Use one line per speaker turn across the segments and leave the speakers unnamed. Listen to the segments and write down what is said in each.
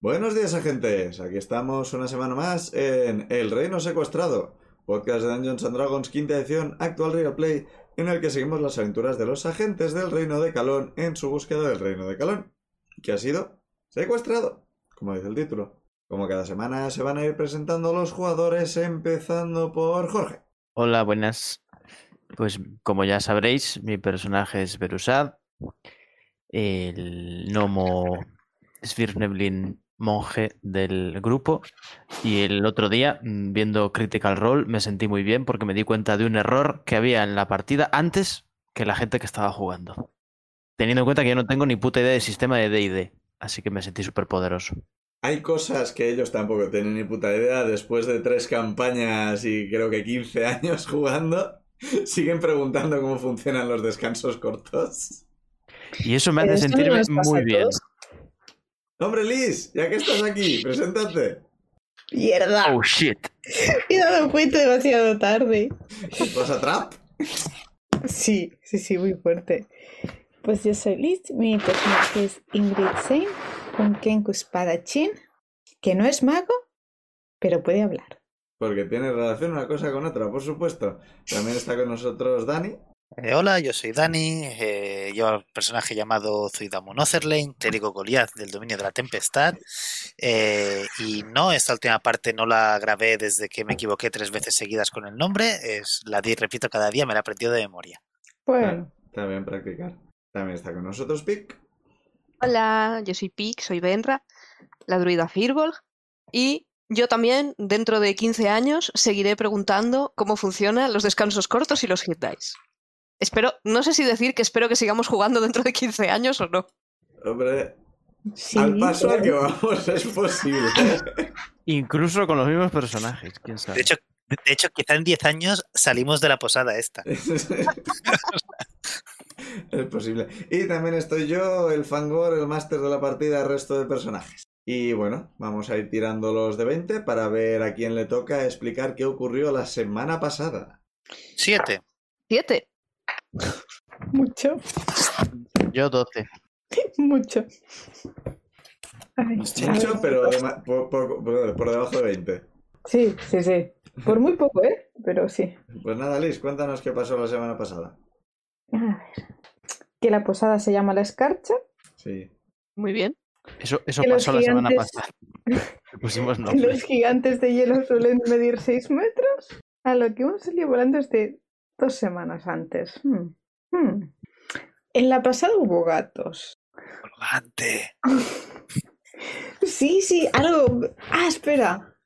Buenos días, agentes. Aquí estamos una semana más en El Reino Secuestrado, podcast de Dungeons and Dragons, quinta edición, actual Real Play, en el que seguimos las aventuras de los agentes del Reino de Calón en su búsqueda del Reino de Calón, que ha sido secuestrado, como dice el título. Como cada semana se van a ir presentando los jugadores, empezando por Jorge.
Hola, buenas. Pues como ya sabréis, mi personaje es Berusad, el gnomo Svirneblin monje del grupo. Y el otro día, mm, viendo Critical Role, me sentí muy bien porque me di cuenta de un error que había en la partida antes que la gente que estaba jugando. Teniendo en cuenta que yo no tengo ni puta idea del sistema de DD, así que me sentí súper poderoso.
Hay cosas que ellos tampoco tienen ni puta idea. Después de tres campañas y creo que 15 años jugando, siguen preguntando cómo funcionan los descansos cortos.
Y eso me hace
Pero esto no
sentirme
nos pasa
muy
a
bien.
todos.
Hombre, Liz, ya que estás aquí, preséntate.
Mierda,
Oh shit.
me he dado cuenta demasiado tarde.
¿Vas a Trap?
Sí, sí, sí, muy fuerte. Pues yo soy Liz, mi personaje es Ingrid Sein, un Kenku espadachín, que no es mago, pero puede hablar.
Porque tiene relación una cosa con otra, por supuesto. También está con nosotros Dani.
Eh, hola, yo soy Dani, eh, yo al personaje llamado Zuidamon Otherlane, clérigo Goliath del dominio de la tempestad. eh, y no, esta última parte no la grabé desde que me equivoqué tres veces seguidas con el nombre, es, la di, repito cada día, me la aprendió de memoria.
Bueno,
También practicar. También está con nosotros Pic.
Hola, yo soy Pic, soy Benra, la druida Firbolg, y yo también, dentro de 15 años, seguiré preguntando cómo funcionan los descansos cortos y los hit dice. Espero, no sé si decir que espero que sigamos jugando dentro de 15 años o no.
Hombre,
sí,
al paso al que
pero-
vamos es posible.
Incluso con los mismos personajes, quién sabe.
De hecho, de hecho, quizá en 10 años salimos de la posada esta.
es posible. Y también estoy yo, el Fangor, el máster de la partida, resto de personajes. Y bueno, vamos a ir tirando los de 20 para ver a quién le toca explicar qué ocurrió la semana pasada.
Siete.
Siete.
mucho,
Yo 12.
mucho. Ay, a ver.
Mucho, pero de ma- por, por- por- por debajo de 20.
Sí, sí, sí. Por muy poco, ¿eh? Pero sí.
Pues nada, Liz, cuéntanos qué pasó la semana pasada.
A ver. Que la posada se llama La Escarcha.
Sí.
Muy bien.
Eso, eso
Que los
pasó la semana
gigantes-
pasada. Le pusimos
que
nombre.
Los gigantes de hielo suelen medir 6 metros, a lo que uno salió volando desde dos semanas antes. Hmm, hmm. En la pasada hubo gatos.
Colgante.
Sí, sí, algo. Ah, espera.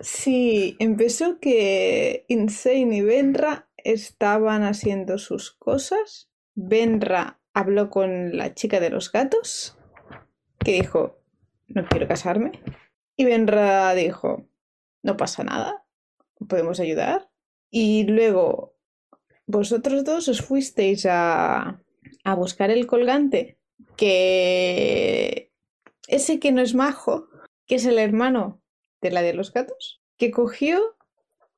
Sí, empezó que Insane y Benra estaban haciendo sus cosas. Benra habló con la chica de los gatos, que dijo, no quiero casarme. Y Benra dijo, no pasa nada, podemos ayudar. Y luego, vosotros dos os fuisteis a, a buscar el colgante, que ese que no es majo, que es el hermano de la de los gatos, que cogió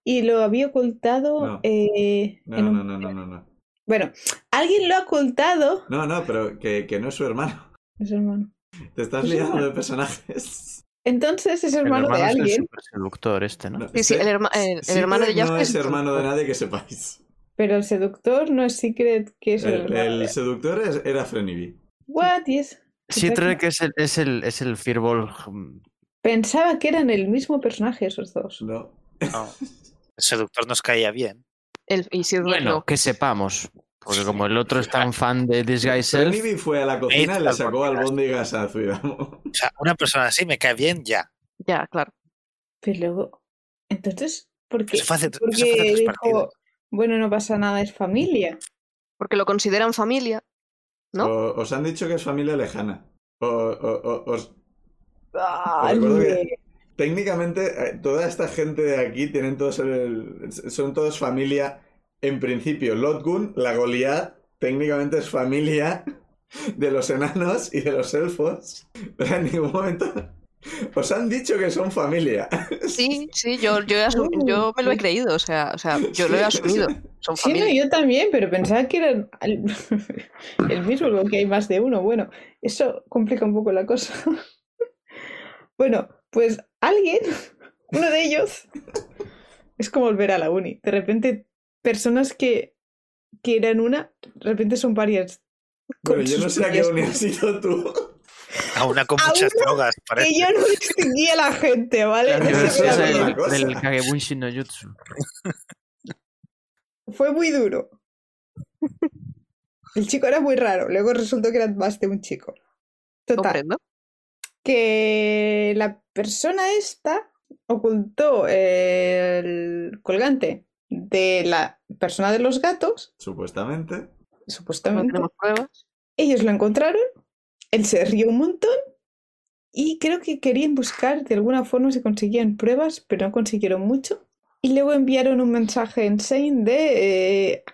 y lo había ocultado
No.
eh,
No,
en un-
no, no, no, no, no.
Bueno, alguien lo ha ocultado.
No, no, pero que, que no es su hermano.
Es hermano.
Te estás
Es su
liando
hermano.
de personajes.
Entonces es
El
hermano, de
es el
alguien,
superseductor este, ¿no?
No,
Sí, sí,
Se-
el, herma- el- el
Secret
hermano de Jaff
No
es
es hermano de nadie que sepáis.
pero el seductor no es Secret, que es el,
El,
hermano
el
de-
seductor es- era Frenibi.
What is...
Sí, creo que es el, es el, es el Fireball. mm,
Pensaba que eran el mismo personaje esos dos.
No.
No, el seductor nos caía bien.
el- y Sir
Bueno,
Renlo.
que sepamos. Porque como el otro es tan fan de Disguise Self,
Frenibi fue a la cocina y le
Estas
sacó albóndigas
albóndigas.
a Zuidamo.
O sea, una persona así me cae bien ya.
Ya, claro.
Pero luego... Entonces, ¿por qué?
Eso fue hace- eso fue
Porque
hace tres
dijo,
partidas.
bueno, no pasa nada, es familia.
Porque lo consideran familia. ¿No?
O- Os han dicho que es familia lejana. O, o- o- os- recuerdo que-
Vale.
Técnicamente, eh, toda esta gente de aquí tienen todos el- son todos familia. En principio, Lotgun, la Goliath, técnicamente es familia de los enanos y de los elfos. Pero en ningún momento os han dicho que son familia.
Sí, sí, yo, yo, he asum-
Uh,
yo me lo he
sí.
creído, o sea, o sea yo lo he
Sí.
asumido. Son
Sí, no,
familia.
yo también, pero pensaba que eran al- el mismo, porque hay más de uno. Bueno, eso complica un poco la cosa. Bueno, pues alguien, uno de ellos, es como volver a la uni. De repente, personas que, que eran una, de repente son varias.
Bueno,
con
yo no
sus
sé a qué
propias-
uni has ido tú.
A una con
A
muchas
una
drogas, parece.
Que yo no distinguía a la gente, ¿vale?
Claro,
No
pero
se
eso
me
es
da
el-
bien.
una cosa.
del Kagebunshi no Jutsu.
Fue muy duro. El chico era muy raro, luego resultó que era más de un chico. Total,
Comprendo.
que la persona esta ocultó el colgante de la persona de los gatos,
Supuestamente.
No
supuestamente.
tenemos pruebas.
Ellos lo encontraron, él se rió un montón y creo que querían buscar de alguna forma si conseguían pruebas, pero no consiguieron mucho. Y luego enviaron un mensaje en Sein de eh,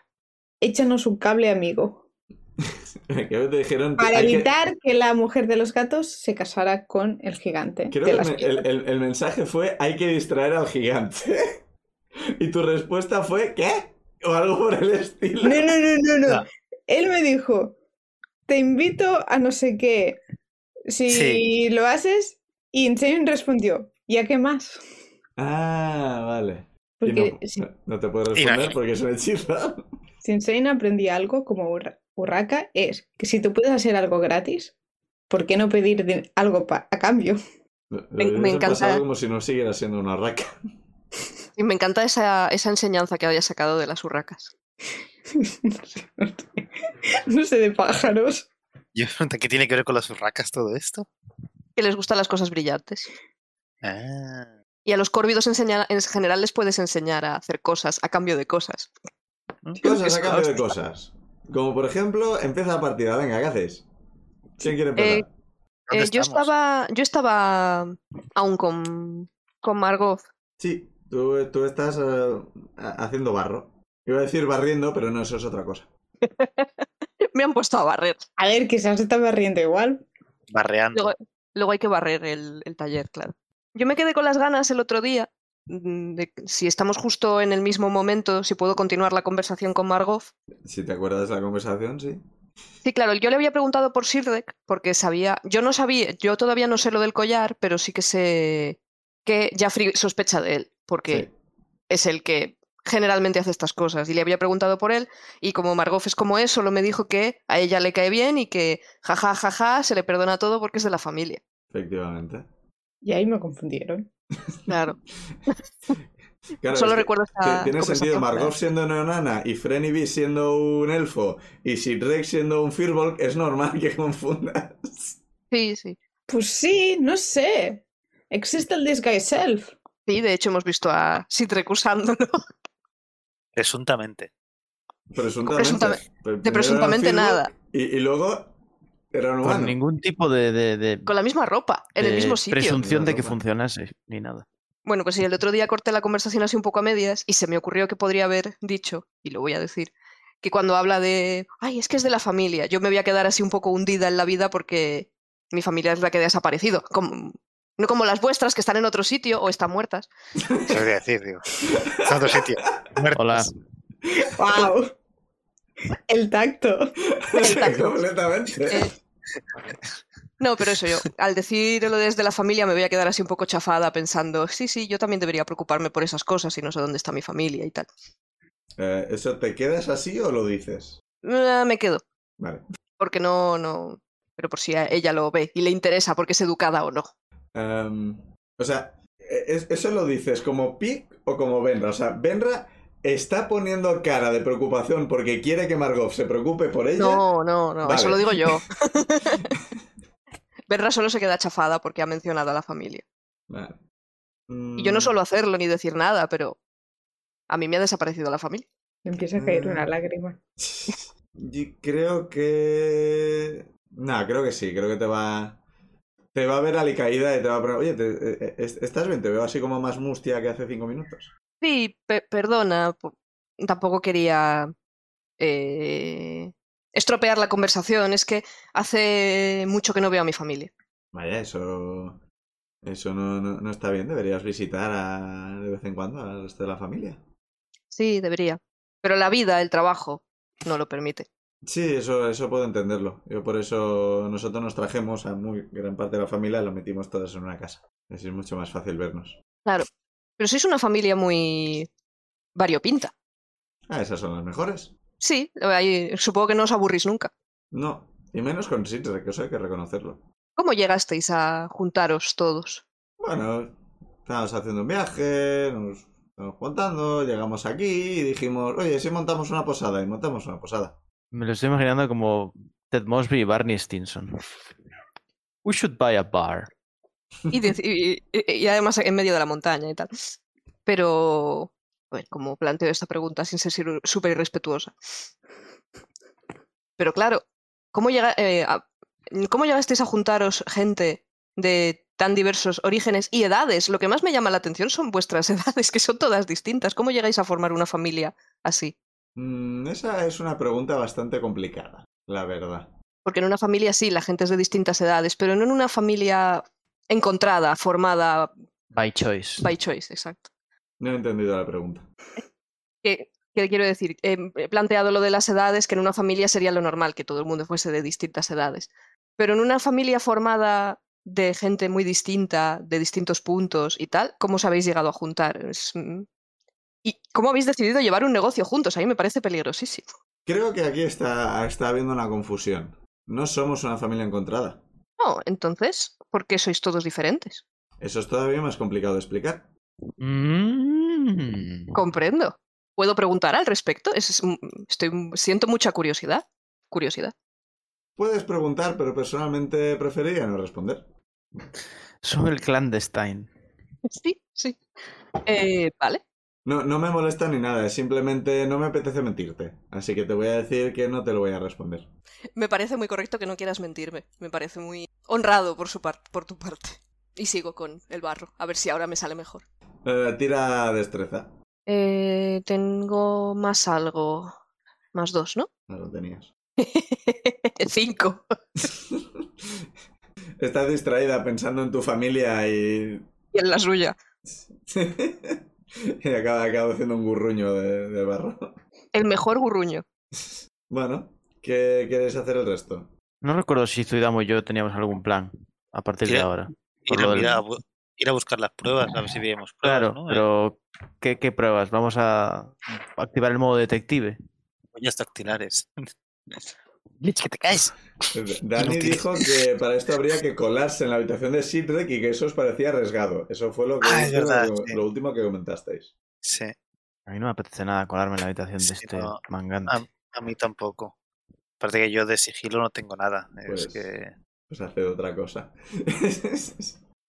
échanos un cable amigo
Que te dijeron.
para
hay que-
evitar que... la mujer de los gatos se casara con el gigante.
Creo
de
que
las
el, el- el- el mensaje fue: hay que distraer al gigante. y tu respuesta fue: ¿qué? O algo por el estilo.
No, no, no, no, no.
No.
Él me dijo, te invito a no sé qué. Si
Sí.
lo haces, y Insane respondió, ¿y a qué más?
Ah, vale. Y
Porque
no,
si,
no te puedo
Y no-
responder porque es un hechizo.
si Insane aprendía algo como Urra- Urraca es que si tú puedes hacer algo gratis, ¿por qué no pedir de- algo pa- a cambio?
Lo- lo
Me- me
hubiesen
encanta.
pasado como si no siguiera siendo una raca.
Y me encanta esa, esa enseñanza que había sacado de las urracas.
no, sé, no sé. No sé de pájaros.
Yo me pregunto, ¿Qué tiene que ver con las urracas todo esto?
Que les gustan las cosas brillantes.
Ah,
Y a los córvidos enseña- en general les puedes enseñar a hacer cosas a cambio de cosas.
Mm.
Cosas
Es
a cambio de
hostia.
cosas. Como por ejemplo, empieza la partida. Venga, ¿qué haces? ¿Quién quiere empezar?
Eh,
¿dónde
Eh, yo
estamos?
estaba. Yo estaba aún con, con Margot.
Sí, tú, tú estás eh, ha- haciendo barro. Iba a decir barriendo, pero no, eso es otra cosa.
Me han puesto a barrer.
A ver, quizás se estaba riendo igual.
Barreando.
Luego, luego hay que barrer el, el taller, claro. Yo me quedé con las ganas el otro día mm, de que si estamos justo en el mismo momento, si puedo continuar la conversación con Margot.
Si te acuerdas de la conversación, sí.
Sí, claro, yo le había preguntado por Sirdek porque sabía, yo no sabía, yo todavía no sé lo del collar, pero sí que sé que Jaffrey sospecha de él, porque
Sí.
es el que generalmente hace estas cosas. Y le había preguntado por él, y como Margoff es como es, solo me dijo que a ella le cae bien y que jaja, jaja, se le perdona todo porque es de la familia.
Efectivamente.
Y ahí me confundieron.
Claro.
Claro,
solo
es que
recuerdo
ti-
esta
Tiene sentido
conversación con
Margot
él.
siendo neonana y Frenny B siendo un elfo y Sidrek siendo un firbolg, es normal que confundas.
Sí, sí.
Pues sí, no sé. Existe el disguise self.
Sí, de hecho hemos visto a Sidrek usándolo.
Presuntamente.
Presuntamente.
Presuntame-
Pr-
De
primero
presuntamente
era un firbolg
nada.
Y, y luego era un humano.
Con ningún tipo de, de- de-
Con la misma ropa, en el
de
Eh,
mismo sitio.
presunción de que
Claro.
funcionase, ni nada.
Bueno, pues sí, el otro día corté la conversación así un poco a medias y se me ocurrió que podría haber dicho, y lo voy a decir, que cuando habla de, ay, es que es de la familia, yo me voy a quedar así un poco hundida en la vida porque mi familia es la que ha desaparecido. como- no como las vuestras que están en otro sitio o están muertas.
Eso quería decir, digo. Está en otro sitio. Muertos.
Hola.
¡Wow! El tacto.
Exacto.
Completamente.
Eh, No, pero eso yo, al decir lo desde la familia me voy a quedar así un poco chafada pensando, sí, sí, yo también debería preocuparme por esas cosas y no sé dónde está mi familia y tal.
Eh, ¿Eso te quedas así o lo dices?
Eh, Me quedo,
Vale.
porque no, no, pero por si a ella lo ve y le interesa porque es educada o no.
Em, o sea, e, ¿es- ¿eso lo dices como Pic o como Benra? O sea, Benra está poniendo cara de preocupación porque quiere que Margot se preocupe por ella.
No, no, no, eso lo
Vale.
digo yo. Berra solo se queda chafada porque ha mencionado a la familia.
Vale. Mm,
Y yo no solo hacerlo ni decir nada, pero a mí me ha desaparecido la familia.
Me empieza a caer
Mm.
una lágrima.
Yo creo que... No, creo que sí, creo que te va... Te va a ver alicaída y te va a... pre- Oye, te- eh, eh, est- ¿estás bien? Te veo así como más mustia que hace cinco minutos.
Sí, pe- perdona, po- tampoco quería eh, estropear la conversación. Es que hace mucho que no veo a mi familia.
Vaya, eso... Eso no, no, no está bien. Deberías visitar a- de vez en cuando al resto de la familia.
Sí, debería. Pero la vida, el trabajo, no lo permite.
Sí, eso, eso puedo entenderlo. Yo por eso nosotros nos trajemos a muy gran parte de la familia y lo metimos todas en una casa. Así es mucho más fácil vernos.
Claro. Pero sois una familia muy variopinta.
Ah, esas son las mejores.
Sí, ahí- supongo que no os aburrís nunca.
No, y menos con Sidra, que eso hay que reconocerlo.
¿Cómo llegasteis a juntaros todos?
Bueno, estábamos haciendo un viaje, nos estábamos contando, llegamos aquí y dijimos, oye, si montamos una posada, y montamos una posada.
Me lo estoy imaginando como Ted Mosby y Barney Stinson. We should buy a bar.
Y, dec- y- y- y además en medio de la montaña y tal. Pero, a ver, como planteo esta pregunta sin ser siru- súper irrespetuosa. Pero claro, ¿cómo, llega, eh, a- ¿cómo llegasteis a juntaros gente de tan diversos orígenes y edades? Lo que más me llama la atención son vuestras edades, que son todas distintas. ¿Cómo llegáis a formar una familia así?
Mm, esa es una pregunta bastante complicada, la verdad.
Porque en una familia sí, la gente es de distintas edades, pero no en una familia encontrada, formada
By choice.
by choice, exacto.
No he entendido la pregunta.
que, que quiero decir, em, he planteado lo de las edades, que en una familia sería lo normal que todo el mundo fuese de distintas edades. Pero en una familia formada de gente muy distinta, de distintos puntos y tal, ¿cómo os habéis llegado a juntar? Es, mm, ¿Y cómo habéis decidido llevar un negocio juntos? A mí me parece peligrosísimo.
Creo que aquí está, está habiendo una confusión. No somos una familia encontrada.
No, entonces, ¿por qué sois todos diferentes?
Eso es todavía más complicado de explicar.
Mm.
Comprendo. ¿Puedo preguntar al respecto? Es- es- mm, estoy, siento mucha curiosidad. Curiosidad.
Puedes preguntar, pero personalmente preferiría no responder.
Son el clandestine.
Sí, sí. Eh, vale.
No, no me molesta ni nada, simplemente no me apetece mentirte. Así que te voy a decir que no te lo voy a responder.
Me parece muy correcto que no quieras mentirme. Me parece muy honrado por, su par- por tu parte. Y sigo con el barro, a ver si ahora me sale mejor.
Eh, tira destreza.
Eh, tengo más algo. Más dos, ¿no?
No lo tenías.
Cinco.
Estás distraída pensando en tu familia y.
Y en la suya.
y acaba, acaba haciendo un gurruño de, de barro.
El mejor gurruño.
Bueno, ¿qué quieres hacer el resto?
No recuerdo si Zuidamo y yo teníamos algún plan a partir de
Creo-
ahora. Por
Ir a,
lo del-
mirar- bu- ir a buscar las pruebas, a ver si veíamos pruebas,
Claro,
¿no? Eh,
pero ¿qué, qué pruebas? Vamos a activar el modo detective.
huellas dactilares. Lich, que te caes.
Dani
Inútil.
dijo que para esto habría que colarse en la habitación de Sidrek y que eso os parecía arriesgado. Eso fue lo, que
Ah, es
último
verdad,
que-
sí.
lo último que comentasteis.
Sí,
A mí no me apetece nada colarme en la habitación de
Sí,
este
no. Ah.
mangante.
a mí tampoco. Aparte que yo de sigilo no tengo nada.
Pues-
Es que...
Pues haced otra cosa.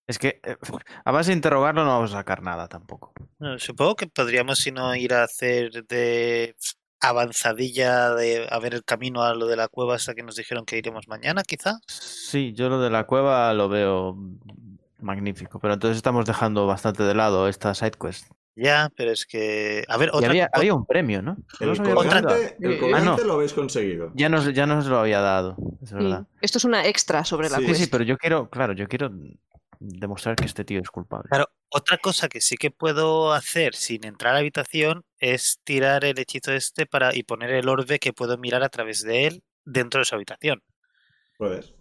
Es que eh, a base de interrogarlo no vamos a sacar nada tampoco.
Bueno, supongo que podríamos, si no, ir a hacer de avanzadilla de a ver el camino a lo de la cueva hasta que nos dijeron que iremos mañana, quizá.
Sí, yo lo de la cueva lo veo magnífico, pero entonces estamos dejando bastante de lado esta side quest.
Ya, pero es que... A ver,
Y
otra...
había,
o-
había un premio, ¿no? No
El
nos había dado.
colgante, el
Ah,
colgante
no.
lo habéis conseguido.
Ya nos, ya nos lo había dado, es verdad.
Mm. Esto es una extra sobre la
Sí.
Sí,
Pues
quest.
sí, pero yo quiero, claro, yo quiero demostrar que este tío es culpable.
Claro, otra cosa que sí que puedo hacer sin entrar a la habitación es tirar el hechizo este para y poner el orbe que puedo mirar a través de él dentro de su habitación.
Puedes.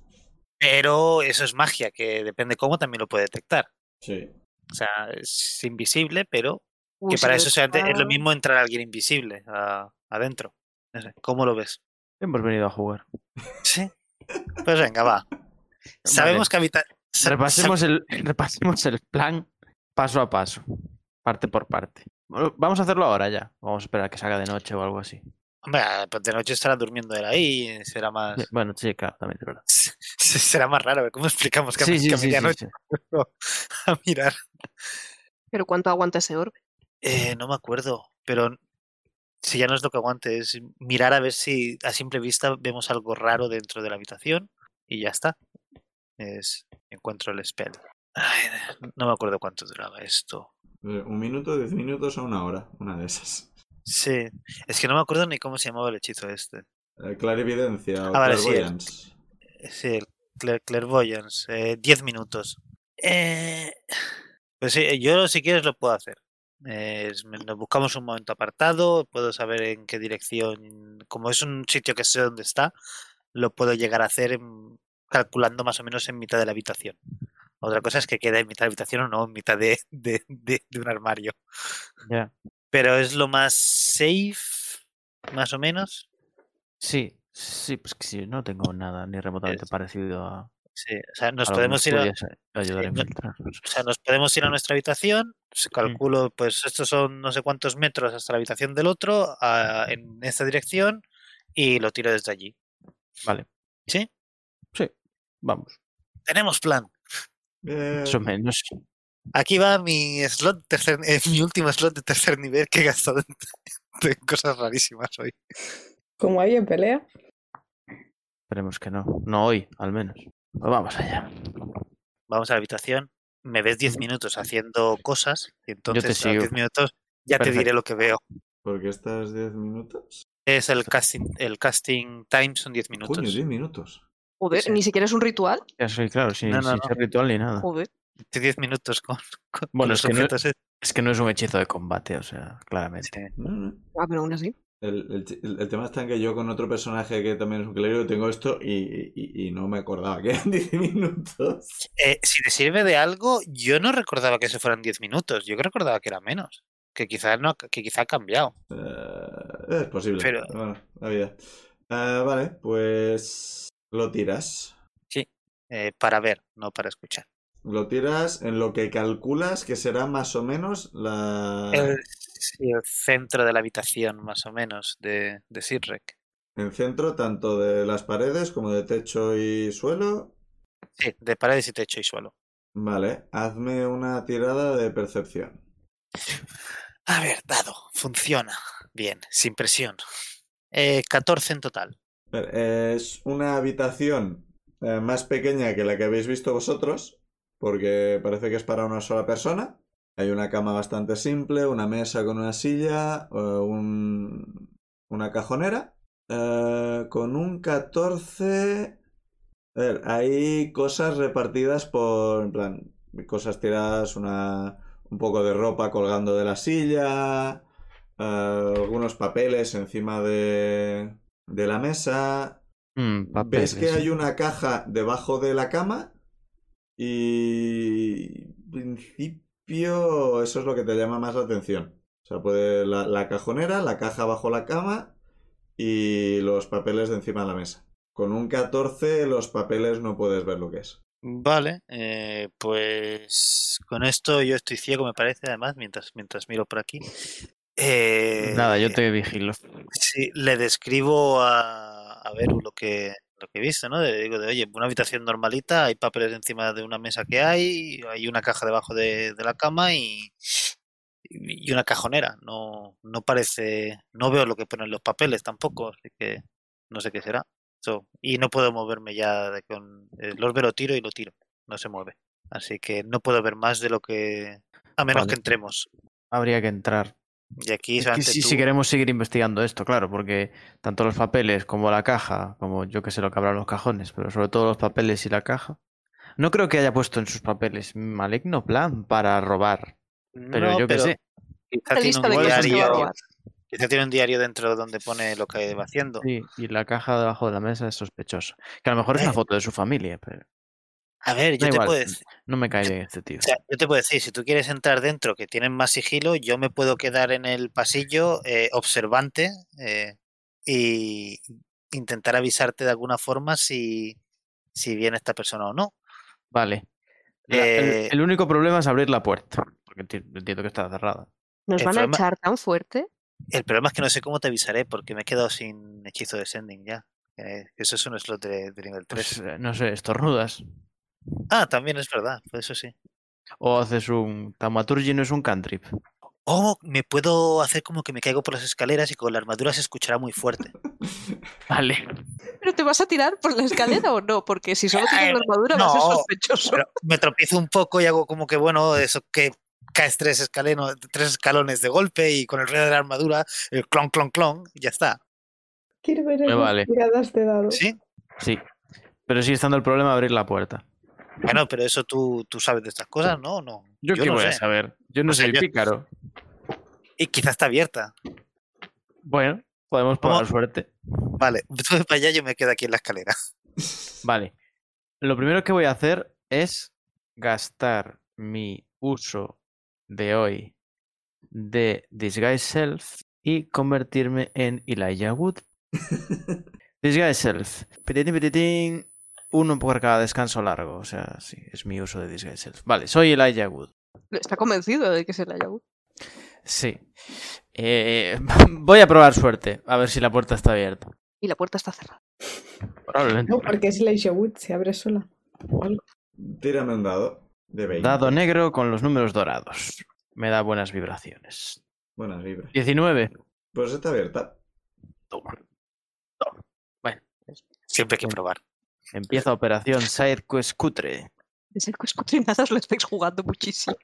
Pero eso es magia, que depende cómo también lo puede detectar.
Sí.
O sea, es invisible, pero
Uy,
que
si
para
lo
eso sea- es
detectaba.
lo mismo entrar a alguien invisible a- adentro. No sé, ¿cómo lo ves?
Hemos venido a jugar.
Sí. Pues venga, va. Sabemos que habita... sa- sab-
Repasemos el, repasemos el plan paso a paso, parte por parte. Bueno, Vamos a hacerlo ahora ya. Vamos a esperar a que salga de noche o algo así.
Hombre, pues de noche estará durmiendo él ahí, será más...
Bueno, sí, claro, también es verdad.
Será más raro, ¿cómo explicamos Pues que, a-
Sí, sí,
que a
sí, sí,
medianoche
sí.
a mirar.
Pero ¿cuánto aguanta ese orbe?
Eh, no me acuerdo, pero n- si ya no es lo que aguante, es mirar a ver si a simple vista vemos algo raro dentro de la habitación y ya está. Es encuentro el spell. Ay, no me acuerdo cuánto duraba esto.
Un minuto, diez minutos o una hora. Una de esas.
Sí, es que no me acuerdo ni cómo se llamaba el hechizo este.
Eh, Clarividencia o
Ah, vale, sí, el-
clairvoyance.
Sí, el clair- clairvoyance, eh, 10 minutos. Eh, Pues sí, yo si quieres lo puedo hacer. Eh, es- me- nos buscamos un momento apartado, puedo saber en qué dirección, como es un sitio que sé dónde está, lo puedo llegar a hacer en- calculando más o menos en mitad de la habitación. Otra cosa es que quede en mitad de la habitación o no, en mitad de, de- de- de un armario.
Ya.
Pero es lo más safe, más o menos.
Sí, sí, pues que sí, no tengo nada ni remotamente
Es-
parecido a.
Sí, o sea, nos
a lo que
podemos ir a,
pudiese ayudar a
sí, no-
infiltrarnos.
O sea, nos podemos ir a nuestra habitación. se Calculo, pues estos son no sé cuántos metros hasta la habitación del otro, a- en esta dirección, y lo tiro desde allí.
Vale.
¿Sí?
Sí, vamos.
Tenemos plan. Eh.
Bien.
Eso menos.
Aquí va mi slot, tercer, eh, mi último slot de tercer nivel que he gastado en, en cosas rarísimas hoy.
Como hay en pelea.
Esperemos que no. No hoy, al menos. Pues vamos allá.
Vamos a la habitación. Me ves 10 minutos haciendo cosas, y entonces a
sigo.
10 minutos ya te diré
Perfecto.
lo que veo.
Porque estás 10 minutos.
Es el casting, el casting time son 10 minutos.
Coño, 10 minutos.
Joder,
Sí. Ah.
ni siquiera es un ritual.
Ya soy claro, sin,
No, no,
sin
no.
ser ritual ni nada.
Joder.
10 minutos con, con- con
Bueno,
los
es que no-
objetos. eh.
Es que no es un hechizo de combate, o sea, claramente.
Sí.
No, no.
Ah, pero aún así.
El, el chi- el- el tema está en que yo con otro personaje que también es un clérigo tengo esto y, y- y no me acordaba que eran 10 minutos.
Eh, si te sirve de algo, yo no recordaba que se fueran 10 minutos, yo recordaba que era menos, que quizás no, que quizá ha cambiado.
Eh, es posible.
Pero-
Bueno, la vida. Eh, vale, pues lo tiras.
eh, para ver, no para escuchar.
Lo tiras en lo que calculas que será más o menos la...
El, sí, el centro de la habitación, más o menos, de, de Sirrek.
En centro tanto de las paredes como de techo y suelo.
Sí, de paredes y techo y suelo.
Vale, hazme una tirada de percepción.
A ver, dado, funciona. Bien, sin presión. Eh, 14 en total.
Ver, Es una habitación eh, más pequeña que la que habéis visto vosotros, porque parece que es para una sola persona. Hay una cama bastante simple, una mesa con una silla, eh, un- una cajonera. Eh, con un 14... A ver, hay cosas repartidas por... En plan, cosas tiradas, una, un poco de ropa colgando de la silla, eh, algunos papeles encima de, de la mesa,
Mm,
¿Ves
papeles.
que hay una caja debajo de la cama? Y en principio eso es lo que te llama más la atención. O sea, puede la, la cajonera, la caja bajo la cama y los papeles de encima de la mesa. Con un 14 los papeles no puedes ver lo que es.
Vale, eh, pues con esto yo estoy ciego, me parece, además, mientras, mientras miro por aquí. Eh,
Nada, yo te vigilo.
Sí, le describo a, a Beru lo que, lo que he visto, ¿no? Le digo de, oye, una habitación normalita, hay papeles encima de una mesa que hay, hay una caja debajo de, de la cama y, y una cajonera. No, no parece, no veo lo que ponen los papeles tampoco, así que no sé qué será. So, y no puedo moverme ya de con... eh, Los veo, lo tiro y lo tiro, no se mueve. Así que no puedo ver más de lo que... A menos
Vale.
que entremos.
Habría que entrar.
Y aquí
Es que
solamente
sí,
tú-
si queremos seguir investigando esto, claro, porque tanto los papeles como la caja, como yo que sé lo que habrá en los cajones, pero sobre todo los papeles y la caja. No creo que haya puesto en sus papeles maligno plan para robar, pero
No,
yo que
pero-
sé.
Quizá
Una
tiene
lista
un
de cosas que va a
diario,
robar.
quizá tiene un diario dentro donde pone lo que va haciendo.
Sí, y la caja debajo de la mesa es sospechosa. Que a lo mejor es una
Eh.
foto de su familia, pero
A ver, yo
Da
te,
igual,
puedo decir,
no me cae bien este tío.
o sea, yo te puedo decir, si tú quieres entrar dentro, que tienen más sigilo, yo me puedo quedar en el pasillo eh, observante eh, y intentar avisarte de alguna forma si, si viene esta persona o no.
Vale. La- el-
Eh,
el, único problema es abrir la puerta, porque enti- entiendo que está cerrada.
Nos
el
van a
problema-
echar tan fuerte.
El problema es que no sé cómo te avisaré porque me he quedado sin hechizo de sending ya. Eh, eso es un slot de, de nivel 3.
Pues, eh, no sé, estornudas.
Ah, también es verdad, pues eso sí.
O haces un taumaturgi, no es un cantrip.
Oh, me puedo hacer como que me caigo por las escaleras y con la armadura se escuchará muy fuerte.
Vale.
¿Pero te vas a tirar por la escalera o no? Porque si solo
Eh,
tienes la armadura vas a ser
no,
sospechoso.
Pero me tropiezo un poco y hago como que, bueno, eso que caes tres, escaleno- tres escalones de golpe y con el ruido de la armadura, el clon, clon, clon, ya está.
Quiero ver
Me
esas
vale.
tiradas de dado.
¿Sí?
Sí. Pero sigue estando el problema de abrir la puerta.
Bueno, pero eso tú, tú sabes de estas cosas, ¿no? no
Yo, qué
no
voy a
sé.
saber. Yo no
O sea,
soy
yo-
pícaro.
Y quizás está abierta.
Bueno, podemos probar
¿Cómo?
suerte.
Vale, tú ves para allá, yo me quedo aquí en la escalera.
Vale. Lo primero que voy a hacer es gastar mi uso de hoy de Disguise Self y convertirme en Elijah Wood. Disguise Self. Petitín, petitín. Uno por cada descanso largo. O sea, sí, es mi uso de Disguise Self. Vale, soy Elijah Wood.
Está convencido de que es el Ayahu.
Sí. Eh, voy a probar suerte, a ver si la puerta está abierta.
Y la puerta está cerrada.
Probablemente.
No, porque es la Wood, se abre sola. O algo.
Tírame un dado de 20.
Dado negro con los números dorados. Me da buenas vibraciones.
Buenas vibras.
19.
Pues está abierta.
Toma.
Siempre hay que probar.
Empieza operación Sidequest Cutre.
Es el que os lo estáis jugando muchísimo.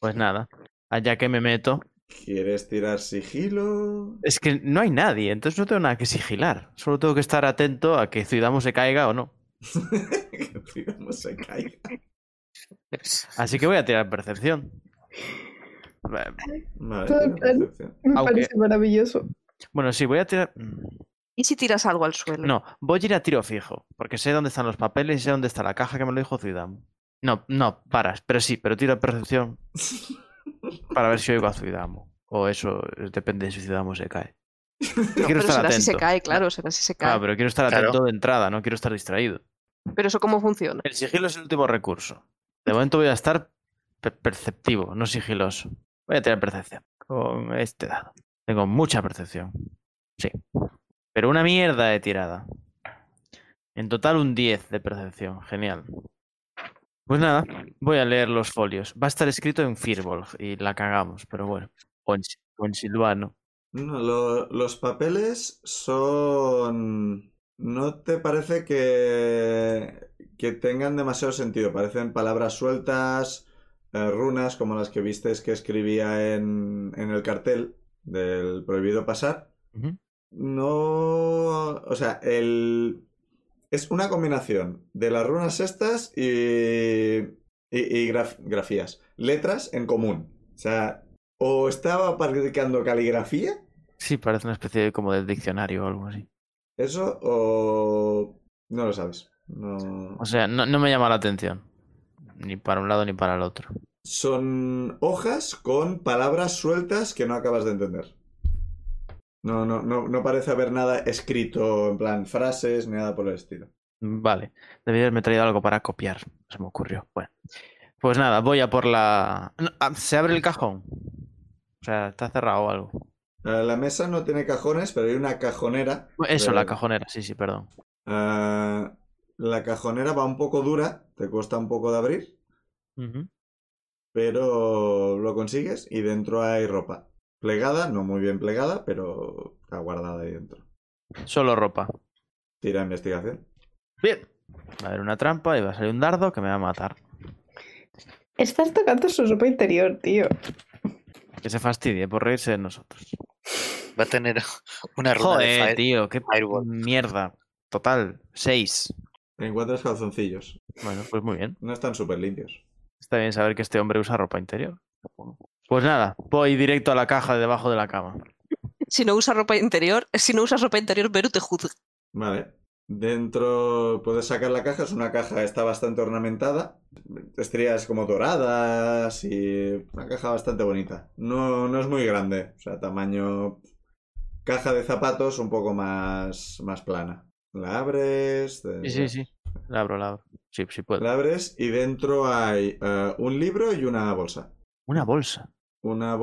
Pues nada, allá que me meto.
¿Quieres tirar sigilo?
Es que no hay nadie, entonces no tengo nada que sigilar. Solo tengo que estar atento a que Zuidamo se caiga o no.
que Zuidamo se caiga.
Así que voy a tirar percepción.
Vale,
Todo
tira
claro.
percepción.
Me
Aunque-
parece maravilloso.
Bueno, sí, voy a tirar...
¿Y si tiras algo al suelo?
No, voy a ir a tiro fijo, porque sé dónde están los papeles y sé dónde está la caja que me lo dijo Zuidamo. No, no, paras, pero sí, pero tiro a percepción para ver si oigo a Zuidamo. O eso eh, depende de si Zuidamo se cae.
No,
quiero
pero
estar
será si se
atento.
cae, claro, será si se cae.
Ah, pero quiero estar
Claro.
atento de entrada, no quiero estar distraído.
Pero eso cómo funciona.
El sigilo es el último recurso. De momento voy a estar pe- perceptivo, no sigiloso. Voy a tener percepción con este dado. Tengo mucha percepción. Sí. Pero una mierda de tirada. En total un 10 de percepción. Genial. Pues nada, voy a leer los folios. Va a estar escrito en Firbolg y la cagamos, pero bueno. O en, si- o en Silvano.
No, lo- los papeles son... No te parece que, que tengan demasiado sentido. Parecen palabras sueltas, eh, runas como las que visteis que escribía en, en el cartel del prohibido pasar.
Ujú.
No, o sea, el es una combinación de las runas estas y, y, y graf- grafías, letras en común. O sea, o estaba practicando caligrafía,
Sí, parece una especie de, como del diccionario o algo así.
eso, o no lo sabes. No.
O sea, no, no me llama la atención. Ni para un lado ni para el otro.
Son hojas con palabras sueltas que no acabas de entender. No, no, no, no parece haber nada escrito en plan frases ni nada por el estilo.
Vale, debería haberme traído algo para copiar, se me ocurrió. Bueno, pues nada, voy a por la... No, ah, ¿Se abre el cajón? O sea, está cerrado o algo.
Eh, La mesa no tiene cajones, pero hay una cajonera.
Eso, la
Eh,
cajonera, sí, sí, perdón.
eh, la cajonera va un poco dura, te cuesta un poco de abrir,
Ujú.
pero lo consigues y dentro hay ropa. Plegada, no muy bien plegada, pero está guardada ahí dentro.
Solo ropa.
Tira investigación.
Bien. Va a haber una trampa y va a salir un dardo que me va a matar.
Estás tocando su ropa interior, tío.
Que se fastidie por reírse de nosotros.
Va a tener una runa de
Joder,
fire-
tío, qué
Fireball.
mierda. Total, seis.
Encuentras calzoncillos.
Bueno, pues muy bien.
No están súper limpios.
Está bien saber que este hombre usa ropa interior. Pues nada, voy directo a la caja de debajo de la cama.
Si no usas ropa interior, si no usas ropa interior, Beru te juzga.
Vale. Dentro puedes sacar la caja, es una caja, está bastante ornamentada. Estrías como doradas y una caja bastante bonita. No, no es muy grande, o sea, tamaño caja de zapatos un poco más, más plana. La abres, te-
Sí, sí, sí. La abro, la abro. Sí, sí puedo.
la abres y dentro hay eh, un libro y una bolsa.
Una bolsa.
Una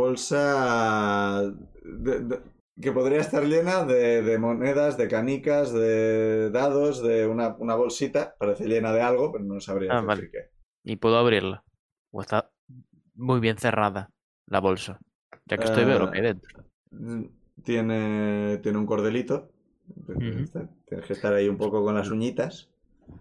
bolsa de- de- que podría estar llena de, de monedas, de canicas, de dados, de una, una bolsita. Parece llena de algo, pero no sabría
Ah,
decir
vale.
qué.
Y puedo abrirla. O está muy bien cerrada la bolsa. Ya que estoy veo lo que hay
Eh,
dentro.
Mm, Tiene, tiene un cordelito.
Ujú.
Está- Tienes que estar ahí un poco con las uñitas.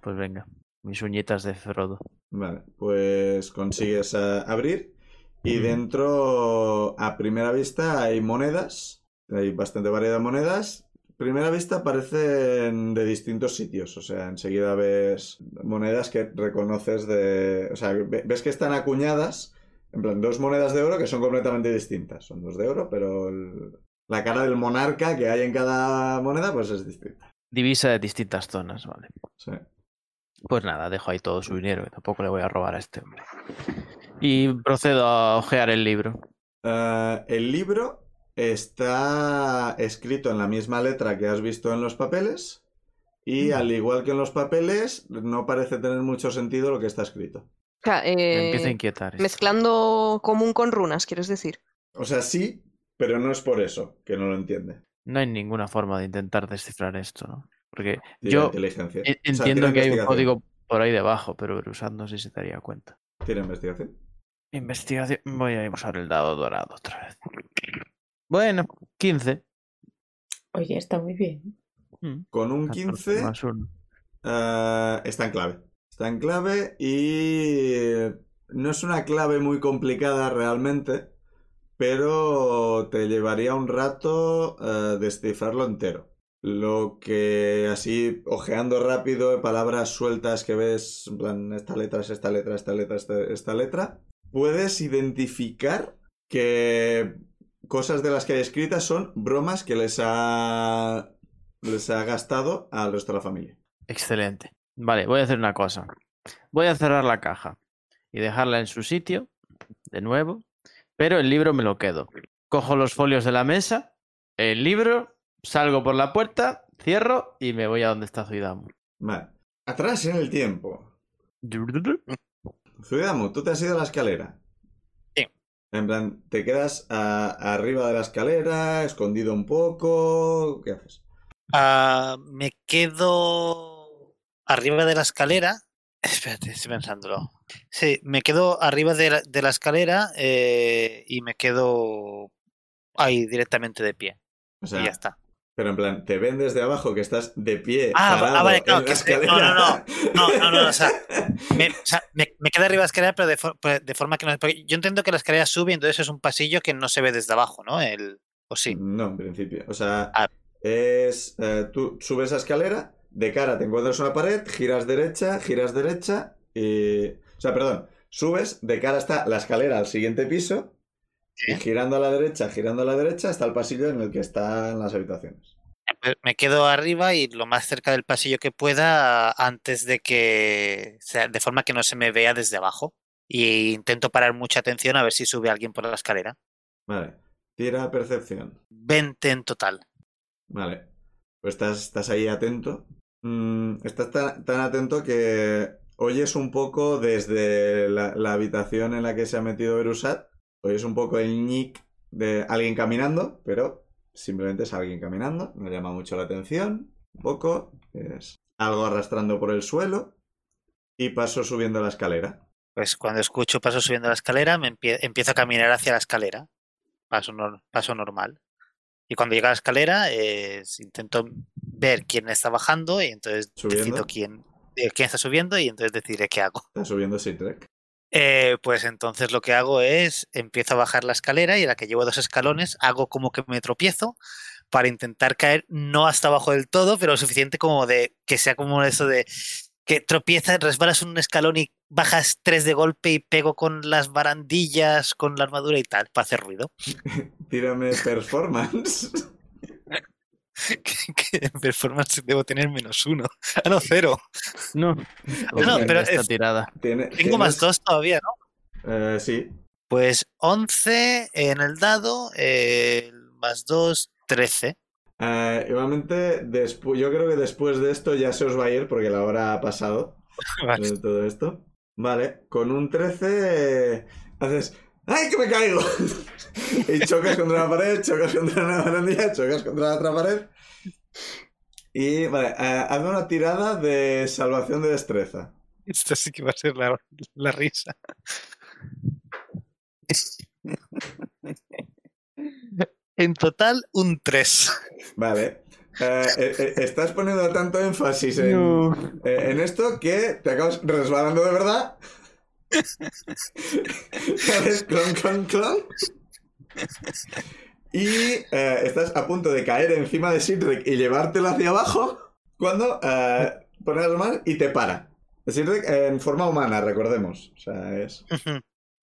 Pues venga. Mis uñitas de Frodo.
Vale, pues consigues eh, abrir. Y
Ujú.
dentro, a primera vista, hay monedas. Hay bastante variedad de monedas. Primera vista parecen de distintos sitios. O sea, enseguida ves monedas que reconoces de. O sea, ve- ves que están acuñadas En plan, dos monedas de oro que son completamente distintas. Son dos de oro, pero el- la cara del monarca que hay en cada moneda, pues es distinta.
Divisa de distintas zonas, vale.
Sí.
Pues nada, dejo ahí todo su dinero, que tampoco le voy a robar a este hombre. Y procedo a ojear el libro.
Eh, el libro está escrito en la misma letra que has visto en los papeles. Y al igual que en los papeles, no parece tener mucho sentido lo que está escrito.
O sea,
Me
eh,
empieza a inquietar. esto.
mezclando común con runas, quieres decir.
O sea, sí, pero no es por eso que no lo entiende.
No hay ninguna forma de intentar descifrar esto, ¿no? Porque
Tira
yo
inteligencia.
en-
O sea,
entiendo
tira
que hay un
investigación.
código por ahí debajo, pero Berusat no sé si se daría cuenta.
Tira investigación.
Investigación. Voy a usar el dado dorado otra vez. Bueno, 15.
Oye, está muy bien.
Mm,
Con un
14
15
más uno.
eh, está en clave. Está en clave y no es una clave muy complicada realmente, pero te llevaría un rato eh, descifrarlo entero. Lo que así, ojeando rápido, palabras sueltas que ves, en plan, esta letra es esta letra, esta letra, esta, esta letra, puedes identificar que cosas de las que hay escritas son bromas que les ha, les ha gastado al resto de la familia.
Excelente. Vale, voy a hacer una cosa. Voy a cerrar la caja y dejarla en su sitio, de nuevo, pero el libro me lo quedo. Cojo los folios de la mesa, el libro, salgo por la puerta, cierro y me voy a donde está Zuidamu.
Vale. Atrás en el tiempo. Zuidamu, tú te has ido a la escalera.
Sí.
En plan, te quedas a- arriba de la escalera, escondido un poco. ¿Qué haces?
Ah, me quedo arriba de la escalera. Espérate, estoy pensándolo. Sí, me quedo arriba de la, de la escalera eh, y me quedo ahí directamente de pie.
O sea,
y ya está.
pero en plan, te ven desde abajo que estás de pie.
Ah, va-
parado
ah, vale, claro,
en la
que es que- no,
escalera.
No, no, no, o sea, me, o sea, me- me quedo arriba de la escalera, pero de, for- pues, de forma que no. porque yo entiendo que la escalera sube, entonces es un pasillo que no se ve desde abajo, ¿no? El, o sí.
No, en principio. O sea,
Ah.
es. eh, tú subes a escalera, de cara te encuentras una pared, giras derecha, giras derecha y. O sea, perdón. Subes, de cara está la escalera al siguiente piso. Y
Sí.
girando a la derecha, girando a la derecha, está el pasillo en el que están las habitaciones.
Me- Me quedo arriba y lo más cerca del pasillo que pueda antes de que, o sea, de forma que no se me vea desde abajo. Y intento parar mucha atención a ver si sube alguien por la escalera.
Vale. Tira percepción.
20 en total.
Vale. Pues estás, estás ahí atento. Mm, estás tan, tan atento que oyes un poco desde la, la habitación en la que se ha metido Berusat. Oyes un poco el nick de alguien caminando, pero simplemente es alguien caminando. No llama mucho la atención. Un poco. Es algo arrastrando por el suelo. Y paso subiendo la escalera.
Pues cuando escucho paso subiendo la escalera, me empie- empiezo a caminar hacia la escalera. Paso, nor- paso normal. Y cuando llega a la escalera, eh, s- intento ver quién está bajando y entonces
Subiendo.
decido quién, eh, quién está subiendo y entonces decidiré qué hago.
Está subiendo Sitrek.
Eh, pues entonces lo que hago es empiezo a bajar la escalera y a la que llevo dos escalones hago como que me tropiezo para intentar caer no hasta abajo del todo, pero lo suficiente como de que sea como eso de que tropiezas, resbalas un escalón y bajas tres de golpe y pego con las barandillas, con la armadura y tal, para hacer ruido.
Tírame performance.
Que- que en performance debo tener menos uno. Ah, no, cero.
No,
no,
pero
esta
es-
tirada.
Tiene-
Tengo más
tienes-
dos todavía, ¿no?
Eh, sí,
Pues 11 en el dado, eh, más 2, 13.
Eh, igualmente, despu- yo creo que después de esto ya se os va a ir porque la hora ha pasado
Vale.
de todo esto. Vale, con un 13 eh, haces ¡Ay, que me caigo! y chocas contra la pared, chocas contra la barandilla, chocas contra la otra pared. Y vale, eh, hazme una tirada de salvación de destreza.
Esto sí que va a ser la, la risa. En total, un 3.
Vale. Eh, eh, eh, estás poniendo tanto énfasis en, Eh, en esto que te acabas resbalando de verdad. Te haces clon, clon, clon. Y eh, estás a punto de caer encima de Sidrek y llevártelo hacia abajo cuando eh, pones las manos y te para. Sidrek en forma humana, recordemos. O sea, es...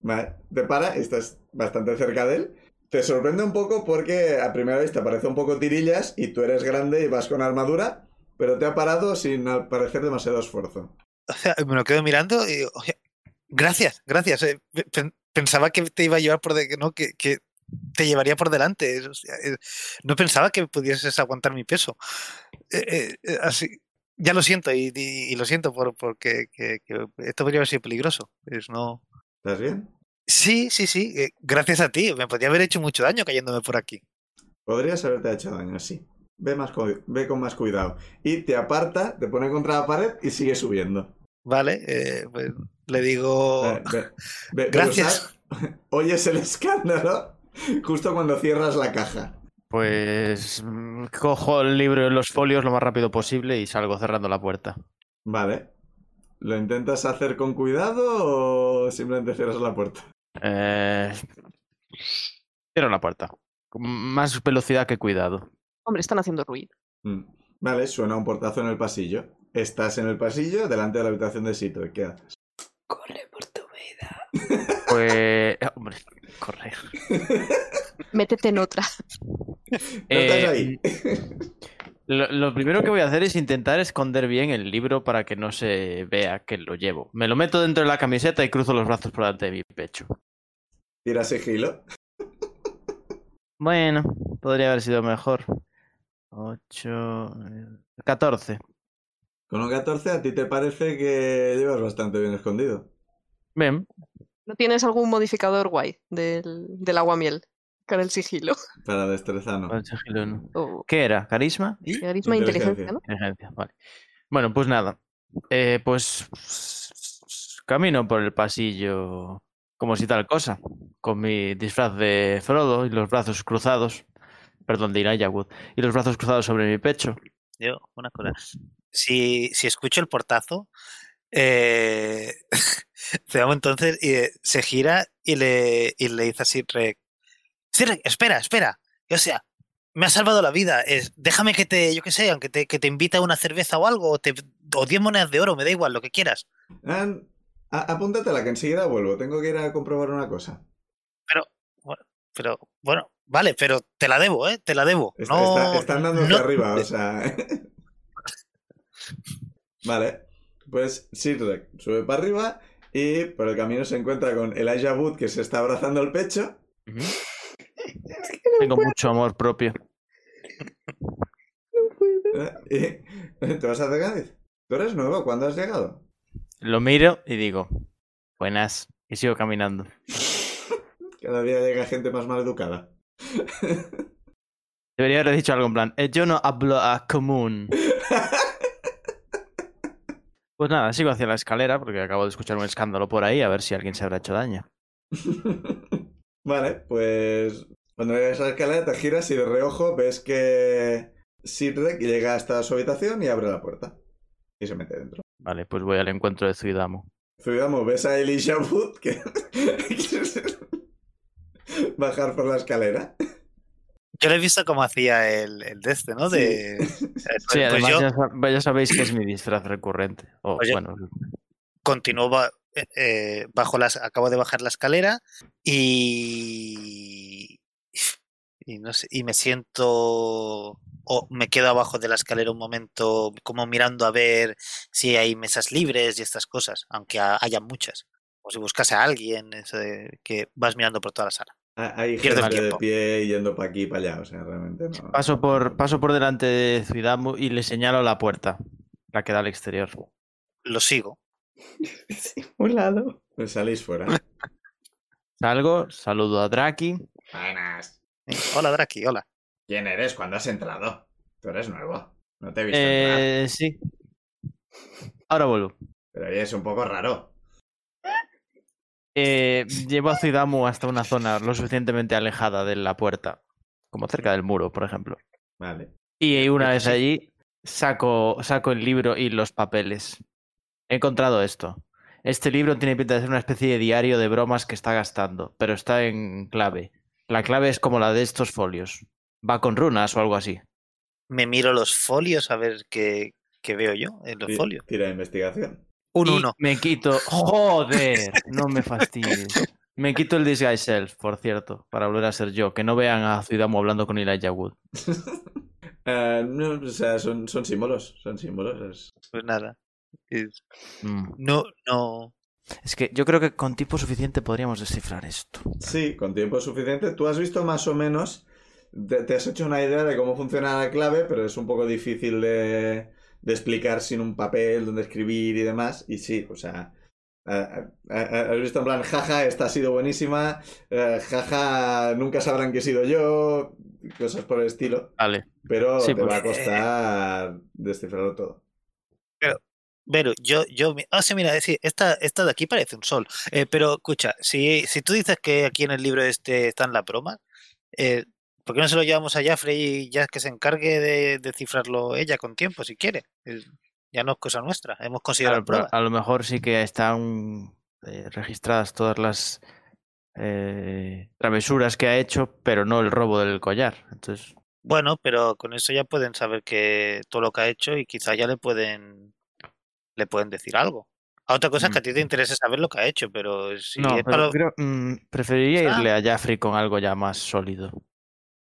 Ma- Te para, estás bastante cerca de él. Te sorprende un poco porque a primera vista parece un poco tirillas y tú eres grande y vas con armadura, pero te ha parado sin al parecer demasiado esfuerzo.
O sea, me lo quedo mirando y digo, "Oye, gracias, gracias. eh, pe- pen- Pensaba que te iba a llevar por de, que no, que, que te llevaría por delante. es- o sea, eh, no pensaba que pudieses aguantar mi peso. Eh, eh, eh, así, ya lo siento y, y- y lo siento por porque que- que esto podría haber sido peligroso. Es no.
¿Estás bien?
Sí, sí, sí. eh, gracias a ti. Me podría haber hecho mucho daño cayéndome por aquí.
Podrías haberte hecho daño, sí. Ve, más cu- ve con más cuidado. Y te aparta, te pone contra la pared y sigue subiendo.
Vale, eh, pues, le digo.
Eh, ve- ve-
Oh. Gracias.
Berusat, Oyes el escándalo justo cuando cierras la caja.
Pues mm, cojo el libro y los folios lo más rápido posible y salgo cerrando la puerta.
Vale. ¿Lo intentas hacer con cuidado o simplemente cierras la puerta?
Eh, Cierro la puerta. Con más velocidad que cuidado.
Hombre, están haciendo ruido.
Mm. Vale, suena un portazo en el pasillo. Estás en el pasillo delante de la habitación de Sito. ¿Qué haces?
Corre por tu vida.
Pues... Hombre, correr.
Métete en otra.
No estás
Eh,
ahí.
mm.
Lo, lo primero que voy a hacer es intentar esconder bien el libro para que no se vea que lo llevo. Me lo meto dentro de la camiseta y cruzo los brazos por delante de mi pecho.
Tira sigilo.
Bueno, podría haber sido mejor. eh, 8... 14.
Con un 14 a ti te parece que llevas bastante bien escondido.
Bien.
¿No tienes algún modificador guay del, del aguamiel? Con el sigilo.
Para destreza no.
con el sigilo no.
O
¿Qué era? ¿Carisma? ¿Y?
carisma e
Inteligencia.
inteligencia, ¿no?
Inteligencia, vale. Bueno, pues nada. Eh, pues camino por el pasillo como si tal cosa, con mi disfraz de Frodo y los brazos cruzados, perdón, de Elijah Wood, y los brazos cruzados sobre mi pecho.
Yo, una cosa. Si, si escucho el portazo, eh, Zeamo entonces y, eh, se gira y le, y le dice así, Rek, "Sí, Rek, espera, espera. O sea, me ha salvado la vida. es- déjame que te, yo qué sé, aunque te, que te invite a una cerveza o algo, o, te, o 10 monedas de oro, me da igual, lo que quieras.
An- Em, a- apúntatela que enseguida vuelvo. Tengo que ir a comprobar una cosa.
Pero bueno, vale, pero te la debo, ¿eh? Te la debo.
Está-
no,
está- están dando hacia
no-
arriba, o sea. vale. Pues Sirrek sube para arriba y por el camino se encuentra con Elijah Wood que se está abrazando el pecho.
Tengo mucho amor propio.
¿Eh? ¿Y ¿Te vas a acercar? Dice, ¿Tú eres nuevo? ¿Cuándo has llegado?
Lo miro y digo, buenas, y sigo caminando.
Cada día llega gente más mal educada.
Debería haber dicho algo en plan, "Eh, yo no hablo a común. Pues nada, sigo hacia la escalera porque acabo de escuchar un escándalo por ahí, a ver si alguien se habrá hecho daño.
vale, pues cuando llegas a la escalera te giras y de reojo ves que Sidrek llega hasta su habitación y abre la puerta. Y se mete dentro.
Vale, pues voy al encuentro de Zuidamo.
Vamos, ves a Elisha Wood que... bajar por la escalera.
Yo le he visto cómo hacía el, el de este, ¿no?
Sí.
De, o sea,
Sí,
pues
además
yo-
ya, sab- ya sabéis que es mi disfraz recurrente. O
Pues yo-
bueno,
continuó ba- eh, eh, bajo las acabo de bajar la escalera y y no sé y me siento o me quedo abajo de la escalera un momento como mirando a ver si hay mesas libres y estas cosas aunque ha- haya muchas o si buscas a alguien eso de que vas mirando por toda la sala
Ah, Hay
Pierdo el
gente de
tiempo.
pie yendo para aquí y para allá, o sea, realmente no.
paso por, paso por delante de Zuidamo y le señalo la puerta, la que da al exterior.
lo sigo
Simulado.
Pues salís fuera.
Salgo, saludo a Draki.
Buenas.
Eh, hola Draki hola
¿Quién eres? ¿Cuándo has entrado? Tú eres nuevo. No te he
Pues
visto entrar.
Eh, sí. Ahora vuelvo.
Pero oye, es un poco raro.
Eh, llevo a Zuidamu hasta una zona lo suficientemente alejada de la puerta, como cerca del muro, por ejemplo.
Vale.
Y una vez
Sí.
allí, saco, saco el libro y los papeles. He encontrado esto. Este libro tiene pinta de ser una especie de diario de bromas que está gastando, pero está en clave. La clave es como la de estos folios. Va con runas o algo así.
me miro los folios a ver qué, qué veo yo en los
Ti-
folios
Tira de investigación.
un
Y
uno
Me quito. ¡Joder! No me fastidies. Me quito el disguise self, por cierto, para volver a ser yo. Que no vean a Zuidamu hablando con Elijah Wood.
Eh, no, o sea, son, son símbolos, son símbolos. es-
Pues nada. Eh,
Mm.
No, no.
Es que yo creo que con tiempo suficiente podríamos descifrar esto.
Sí, con tiempo suficiente. Tú has visto más o menos, te, te has hecho una idea de cómo funciona la clave, pero es un poco difícil de, de explicar sin un papel donde escribir y demás. Y sí, o sea, ah, ah, ah, has visto en plan, jaja, esta ha sido buenísima, eh, jaja, nunca sabrán que he sido yo, cosas por el estilo.
Vale.
Pero te
Sí, pues.
va a costar descifrarlo todo.
Pero yo, yo, mi- ah, sí, mira, eh, sí, esta, esta de aquí parece un sol. Eh, pero escucha, si, si tú dices que aquí en el libro este están las bromas, eh, ¿por qué no se lo llevamos a Jaffrey y ya que se encargue de descifrarlo ella con tiempo, si quiere? Eh, ya no es cosa nuestra, hemos considerado
Claro, pero
pruebas.
a lo mejor sí que están eh, registradas todas las eh, travesuras que ha hecho, pero no el robo del collar. Entonces,
Bueno, pero con eso ya pueden saber que todo lo que ha hecho y quizá ya le pueden, le pueden decir algo. A otra cosa es que a ti te interese saber lo que ha hecho, pero si
Mm. no,
es
pero
para lo-
creo- mm, preferiría
Ah.
irle a Jaffrey con algo ya más sólido,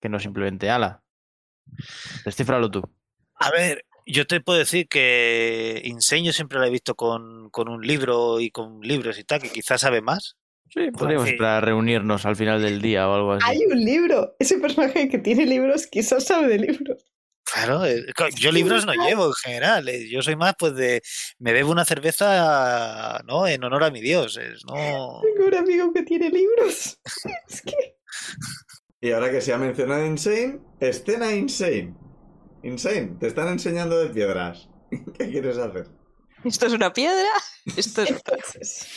que no simplemente ala. Descífralo tú.
A ver, yo te puedo decir que Inseño siempre la he visto con, con un libro y con libros y tal, que quizás sabe más.
Sí, podríamos
sí.
esperar a reunirnos al final del día o algo así.
Hay un libro. Ese personaje que tiene libros quizás sabe de libros.
Claro, eh, co- yo libros no llevo en general, eh, yo soy más pues de me bebo una cerveza, ¿no? En honor a mi dios, es, no.
Tengo un amigo que tiene libros. Es que
Y ahora que se ha mencionado Insane, escena Insane. Insane, te están enseñando de piedras. ¿Qué quieres hacer?
¿Esto es una piedra? Esto es...
Entonces,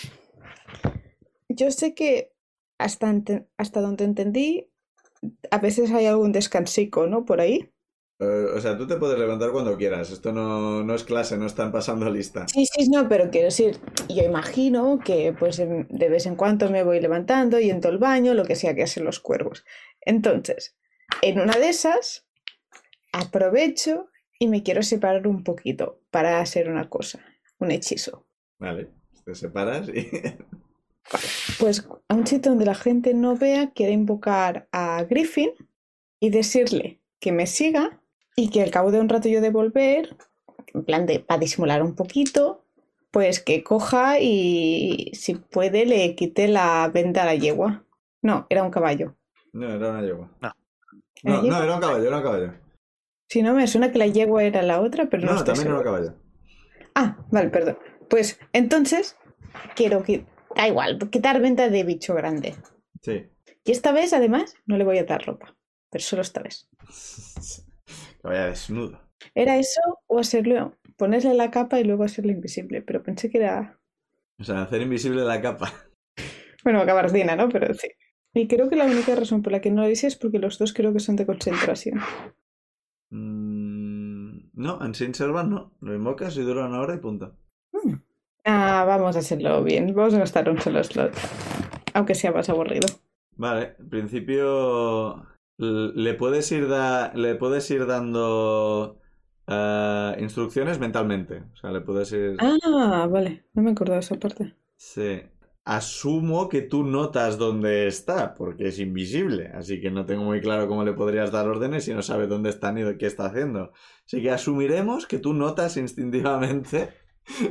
yo sé que hasta, ente- hasta donde entendí, a veces hay algún descansico, ¿no? Por ahí.
Eh, o sea, tú te puedes levantar cuando quieras. Esto no, no es clase, no están pasando lista.
Sí, sí, no, pero quiero decir, yo imagino que pues en- de vez en cuando me voy levantando y entro al baño, lo que sea que hacen los cuervos. Entonces, en una de esas, aprovecho y me quiero separar un poquito para hacer una cosa, un hechizo.
Vale, te separas y...
Pues a un sitio donde la gente no vea, quiero invocar a Griffin y decirle que me siga y que al cabo de un rato yo de volver, en plan de para disimular un poquito, pues que coja y si puede le quite la venda a la yegua. No, era un caballo.
No, era una yegua.
No.
No,
¿Era
no,
yegua?
era un caballo, era un caballo.
Si no, me suena que la yegua era la otra, pero no,
No,
estoy
también era un
segura.
caballo.
Ah, vale, perdón. Pues entonces quiero que... Da igual, quitar venta de bicho grande.
Sí.
Y esta vez, además, no le voy a dar ropa. Pero solo esta vez.
Caballo desnudo.
¿Era eso o hacerlo? Ponerle la capa y luego hacerlo invisible. Pero pensé que era.
O sea, hacer invisible la capa.
Bueno, gabardina, ¿no? Pero sí. Y creo que la única razón por la que no lo hice es porque los dos creo que son de concentración.
Mm, no, en Sin Servan no. Lo invocas y dura una hora y punto.
Ah, vamos a hacerlo bien. Vamos a gastar un solo slot. Aunque sea más aburrido.
Vale, en principio l- le puedes ir, da- le puedes ir dando eh, instrucciones mentalmente. O sea, le puedes ir...
Ah, vale. No me acordaba esa parte.
Sí. Asumo que tú notas dónde está, porque es invisible, así que no tengo muy claro cómo le podrías dar órdenes si no sabe dónde está ni de qué está haciendo. Así que asumiremos que tú notas instintivamente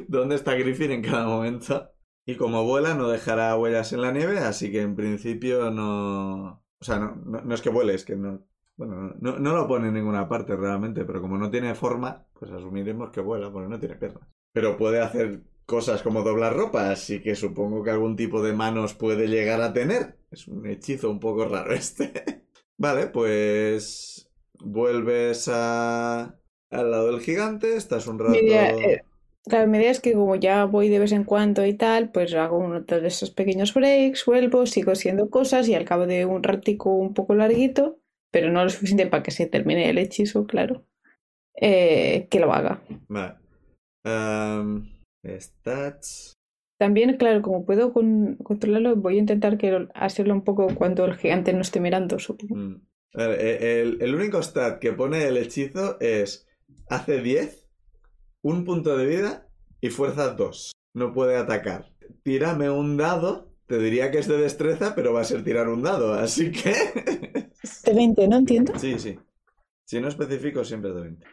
dónde está Griffin en cada momento. Y como vuela, no dejará huellas en la nieve, así que en principio no. O sea, no, no- no es que vuele, es que no. Bueno, no, no lo pone en ninguna parte realmente, pero como no tiene forma, pues asumiremos que vuela, porque no tiene piernas. Pero puede hacer cosas como doblar ropa, así que supongo que algún tipo de manos puede llegar a tener. Es un hechizo un poco raro este. vale, pues vuelves a... al lado del gigante, estás un rato...
Mira, eh, Claro, mi idea es que como ya voy de vez en cuando y tal, pues hago uno de esos pequeños breaks, vuelvo, sigo haciendo cosas y al cabo de un ratico un poco larguito, pero no lo suficiente para que se termine el hechizo, claro, eh, que lo haga.
Vale. Em, stats.
También, claro, como puedo con- controlarlo, voy a intentar que lo- hacerlo un poco cuando el gigante no esté mirando, supongo.
Mm. A ver, eh, El, el único stat que pone el hechizo es hace 10, un punto de vida y fuerza 2. No puede atacar. Tírame un dado Te diría que es de destreza, pero va a ser tirar un dado, así que...
De 20, no entiendo.
sí, sí. Si no especifico, siempre es de 20.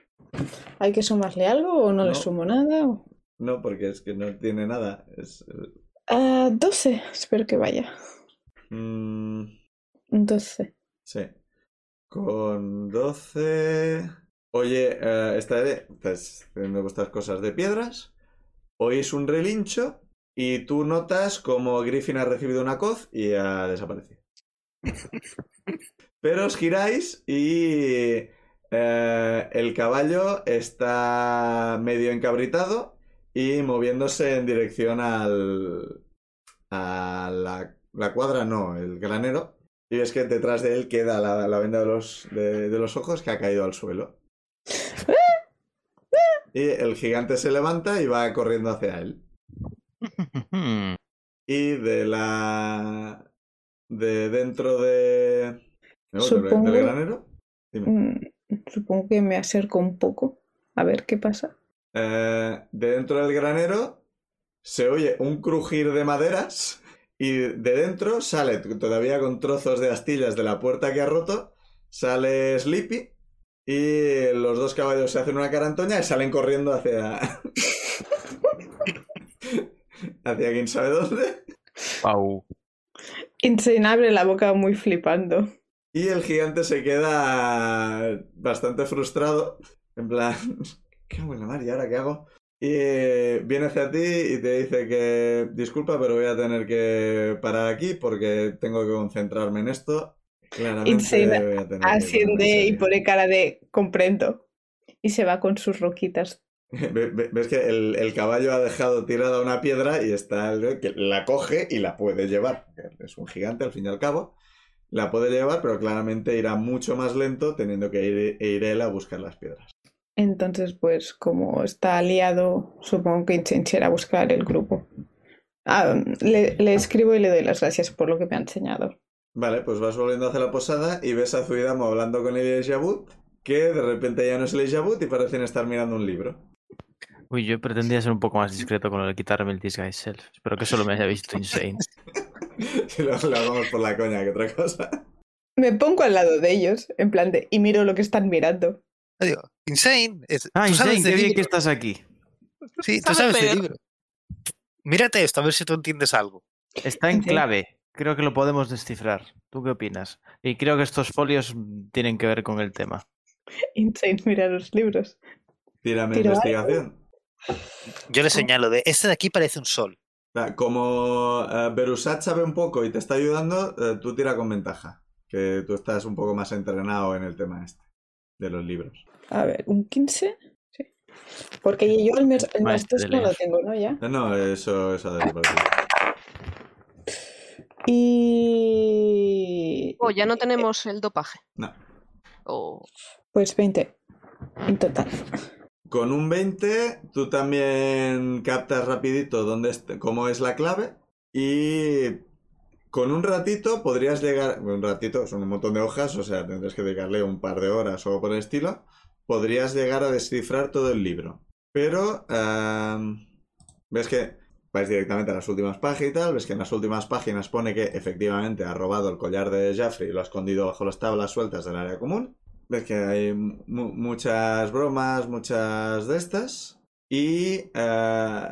¿Hay que sumarle algo o no,
No.
le sumo nada? o-
No, porque es que no tiene nada. Es...
Ah, 12, espero que vaya.
mm,
Un 12.
Sí. Con 12. Oye, eh, estaré. Estás haciendo vuestras cosas pues, de piedras. Oís un relincho. Y tú notas como Griffin ha recibido una coz y ha desaparecido. Pero os giráis y. eh, el caballo está medio encabritado y moviéndose en dirección al. a la, la cuadra, no, el granero. Y ves que detrás de él queda la, la venda de los, de, de los ojos que ha caído al suelo. Y el gigante se levanta y va corriendo hacia él. Y de la. de dentro de. ¿no? del-
Supongo.
del granero. Dime.
Mm, Supongo que me acerco un poco. A ver qué pasa.
Eh, de dentro del granero se oye un crujir de maderas y de dentro sale, t- todavía con trozos de astillas de la puerta que ha roto, sale Sleepy y los dos caballos se hacen una carantoña y salen corriendo hacia... hacia quién sabe dónde.
Wow.
Insane abre la boca muy flipando.
Y el gigante se queda bastante frustrado. En plan, qué buena mar, ¿y ahora qué hago? Y eh, viene hacia ti y te dice que disculpa, pero voy a tener que parar aquí porque tengo que concentrarme en esto. Claramente
Insane
voy a tener que
Asciende y
ponerme
pone cara de comprendo. Y se va con sus roquitas.
serio. Ve- ve- Ves que el, el caballo ha dejado tirada una piedra y está el que la coge y la puede llevar. Es un gigante al fin y al cabo. La puede llevar, pero claramente irá mucho más lento teniendo que ir, e ir él a buscar las piedras.
Entonces, pues, como está aliado, supongo que Insane se irá a buscar el grupo. Ah, le, le escribo y le doy las gracias por lo que me ha enseñado.
Vale, pues vas volviendo hacia la posada y ves a Zuidamo hablando con Elijah Wood, que de repente ya no es Elijah Wood y parecen estar mirando un libro.
Uy, yo pretendía ser un poco más discreto con el quitarme el disguise self. Espero que solo me haya visto insane.
Y lo, lo hagamos por la coña, que otra cosa.
Me pongo al lado de ellos, en plan de, y miro lo que están mirando.
Digo, Insane. es-
Ah,
tú sabes
insane,
de
qué bien que
libros.
estás aquí.
Sí, tú sabes
Sabes
de
leer.
libro. Mírate esto, a ver si tú entiendes algo.
Está en
Insane.
clave. Creo que lo podemos descifrar. ¿Tú qué opinas? Y creo que estos folios mm, tienen que ver con el tema.
Insane mira los libros.
Tírame
Tiro
investigación.
Yo le señalo de, este de aquí parece un sol.
O sea, como eh, Berusat sabe un poco y te está ayudando, eh, tú tira con ventaja, que tú estás un poco más entrenado en el tema este, de los libros.
A ver, ¿un 15? Sí. Porque yo el mes, el más
Maestro
dos
de
no lo
leer.
tengo, ¿no? Ya.
No, no, eso, eso de por aquí.
Y...
Oh, ya no tenemos el dopaje. Oh.
No.
O
Pues 20 en total.
Con un 20, tú también captas rapidito dónde est- cómo es la clave y con un ratito podrías llegar, un ratito son un montón de hojas, o sea, tendrás que dedicarle un par de horas o algo por el estilo, podrías llegar a descifrar todo el libro. Pero ehm, ves que vais directamente a las últimas páginas y tal, ves que en las últimas páginas pone que efectivamente ha robado el collar de Jaffrey y lo ha escondido bajo las tablas sueltas del área común. Ves que hay mu- muchas bromas, muchas de estas. Y. eh,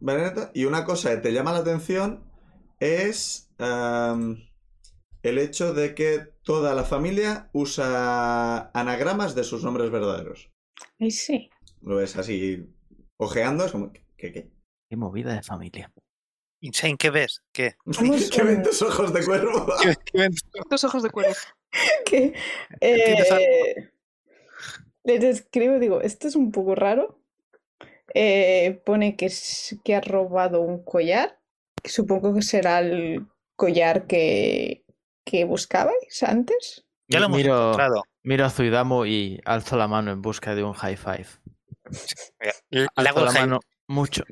Vanetta, y una cosa que te llama la atención es em, el hecho de que toda la familia usa anagramas de sus nombres verdaderos.
Ahí sí.
Lo ves así ojeando, es como. ¿Qué? ¿Qué?
Qué movida de familia.
Insane, ¿qué ves? ¿Qué?
Vamos
¿Qué ven
con-
tus ojos de cuervo?
los ojos de cuervo.
que
¿Tienes algo?
eh, les escribo, digo, esto es un poco raro. Eh, pone que, es- que ha robado un collar. que Supongo que será el collar que, que buscabais antes.
Ya lo hemos
Miro-
encontrado.
Miro a Zuidamo y alzo la mano en busca de un high five.
Mira, Le le
Alzo
hago el
la
high-
mano mucho.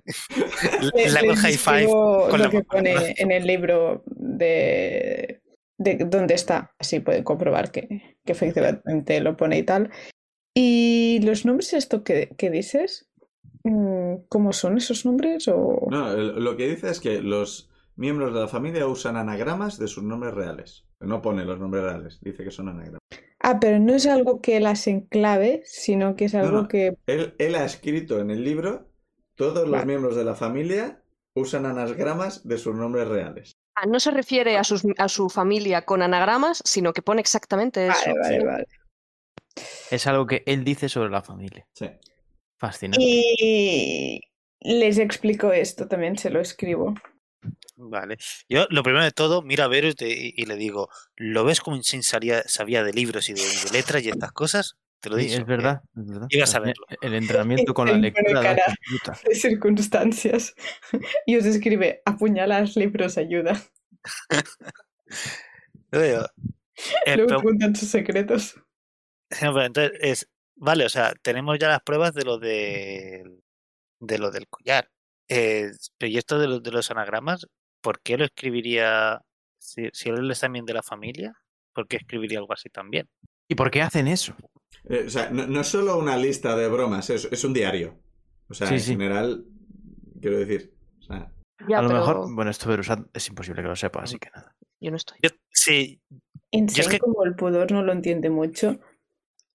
le- le hago el
Les
high five.
escribo
con
lo
la
que
mano.
pone en el libro de, de dónde está. Así pueden comprobar que, que efectivamente lo pone y tal. Y los nombres, esto que, que dices, mm, ¿cómo son esos nombres? O...
No, el- lo que dice es que los miembros de la familia usan anagramas de sus nombres reales. No pone los nombres reales, dice que son anagramas.
Ah, pero no es algo que las enclave, sino que es
No,
algo
no.
que...
Él, él ha escrito en el libro, todos los
Vale.
miembros de la familia usan anagramas de sus nombres reales.
Ah, no se refiere a, sus- a su familia con anagramas, sino que pone exactamente eso.
Vale, vale, vale.
Es algo que él dice sobre la familia.
Sí.
Fascinante.
Y les explico esto, también se lo escribo.
Vale. Yo, lo primero de todo, miro a Vero y, te- y- y le digo, ¿lo ves como Insane sabía, sabía de libros y de, y de letras y estas cosas? Te lo
Sí,
dije.
es verdad, es verdad.
ibas a
Al final, El
Y
entrenamiento con la
se le pone
lectura da
cara.
disputa.
De circunstancias. Y os escribe, apuñalar libros ayuda.
¿eh?
Eh,
Luego cuentan sus secretos.
entonces, es, vale, o sea, tenemos ya las pruebas de lo, del- de lo del collar. Eh, pero y esto de, lo- de los anagramas, ¿por qué lo escribiría si, si él es también de la familia? ¿Por qué escribiría algo así también?
¿Y por qué hacen eso?
Eh, o sea, no, no es solo una lista de bromas, es, es un diario. O sea,
Sí,
en
sí.
general, quiero decir. o sea,
Ya,
a lo
pero
mejor, bueno, esto de Verusat es imposible que lo sepa, así que nada.
Yo no estoy.
Yo- sí,
Insane,
que-
como el pudor no lo entiende mucho,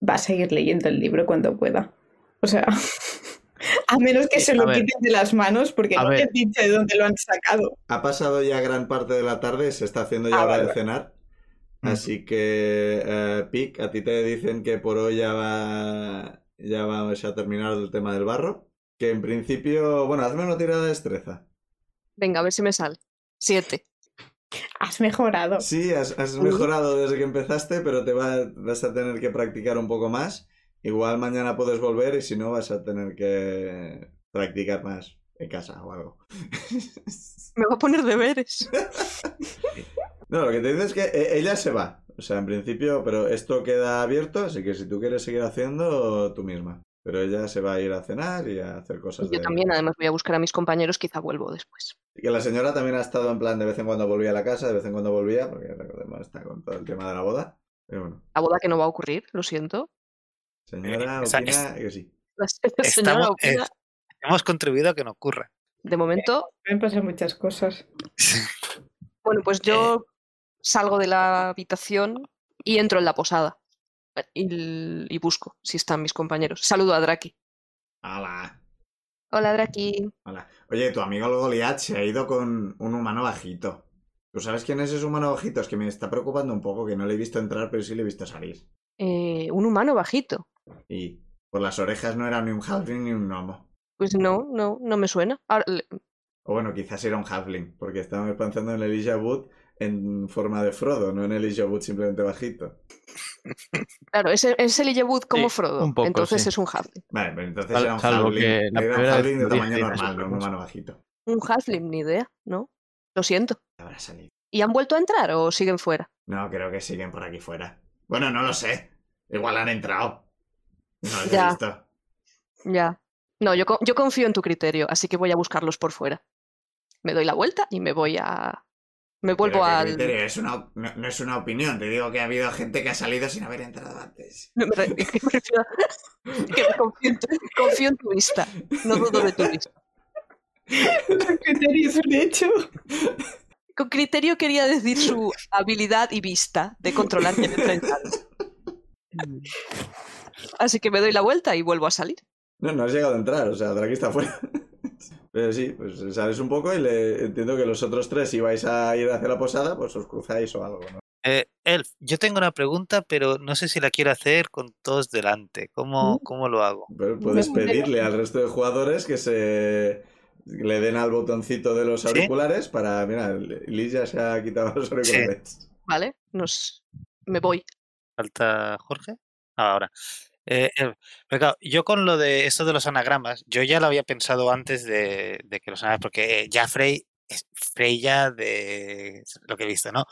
va a seguir leyendo el libro cuando pueda. O sea, a menos que
Sí,
se
Eh, a
lo
ver.
quiten de las manos porque
A
no te
ver.
dice de dónde lo han sacado.
ha pasado ya gran parte de la tarde, se está haciendo ya
Ah,
hora
vale,
de
vale.
cenar.
Mm.
Así que, eh, Pic, a ti te dicen que por hoy ya va, ya vamos a terminar el tema del barro. Que en principio, bueno, hazme una tirada de destreza.
Venga, a ver si me sale. Siete.
Has mejorado.
Sí, has, has
Ujú.
mejorado desde que empezaste, pero te va- vas a tener que practicar un poco más. Igual mañana puedes volver y si no, vas a tener que practicar más en casa o algo.
Me va a poner deberes.
No, lo que te dice es que eh, ella se va. O sea, en principio, pero esto queda abierto, así que si tú quieres seguir haciendo, tú misma. Pero ella se va a ir a cenar y a hacer cosas
Yo
de...
también, además, voy a buscar a mis compañeros, quizá vuelvo después.
Y que la señora también ha estado en plan de vez en cuando volvía a la casa, de vez en cuando volvía, porque recordemos está con todo el tema de la boda. Pero bueno,
La boda que no va a ocurrir, lo siento.
señora
Eh, esa-
opina que sí.
La señora
Estamos-
opina,
hemos contribuido a que no ocurra.
de momento,
Me han pasado muchas cosas.
bueno, pues yo
eh.
salgo de la habitación y entro en la posada. Y, y busco si están mis compañeros. Saludo a Draki.
¡Hala!
Hola, Draki.
¡Hala! Oye, tu amigo el Goliath se ha ido con un humano bajito. ¿Tú sabes quién es ese humano bajito? Es que me está preocupando un poco, que no le he visto entrar, pero sí le he visto salir.
Eh, un humano bajito.
Y por las orejas no era ni un halfling ni un gnomo.
Pues no, no, no me suena. Ahora, le-
O bueno, quizás era un halfling, porque estábamos pensando en Elijah Wood en forma de Frodo, no en Elijah Wood simplemente bajito.
claro, es, es el Illewood como
Sí,
Frodo.
un poco,
entonces
sí.
es un halfling.
Vale, pero entonces
Sal-
era un
salvo
halfling.
que la
Era un
primera
halfling de
vez
tamaño
dije-
normal, no un humano bajito.
Un halfling, ni idea, ¿no? Lo siento.
Habrá salido.
¿Y han vuelto a entrar o siguen fuera?
No, creo que siguen por aquí fuera. Bueno, no lo sé. Igual han entrado. No los he
Ya.
visto.
Ya. No, yo, co- yo confío en tu criterio, así que voy a buscarlos por fuera. Me doy la vuelta y me voy a. Me vuelvo
Pero que
al.
criterio, es una, op- no, no es una opinión, te digo que ha habido gente que ha salido sin haber entrado antes.
Me re- que prefiero- que me confío, en tu, confío en tu vista. No dudo de tu vista.
Los criterios son hecho.
Con criterio quería decir su habilidad y vista de controlar quién entra en cada.
Mm.
Así que me doy la vuelta y vuelvo a salir.
No, no has llegado a entrar, o sea, Draki está fuera. Pero sí, pues sales un poco y le entiendo que los otros tres, si vais a ir hacia la posada, pues os cruzáis o algo, ¿no?
Eh, Elf, yo tengo una pregunta, pero no sé si la quiero hacer con todos delante. ¿Cómo, cómo lo hago?
Pero puedes
No, pero-
pedirle al resto de jugadores que se le den al botoncito de los
¿Sí?
auriculares para. Mira, Liz ya se ha quitado los auriculares.
¿Vale? Nos... Me voy.
¿Falta Jorge? Ah, Ahora. Eh, Elf, pero claro, yo con lo de esto de los anagramas, yo ya lo había pensado antes de, de que los anagramas, porque eh, ya Frey es Freya de lo que he visto, ¿no?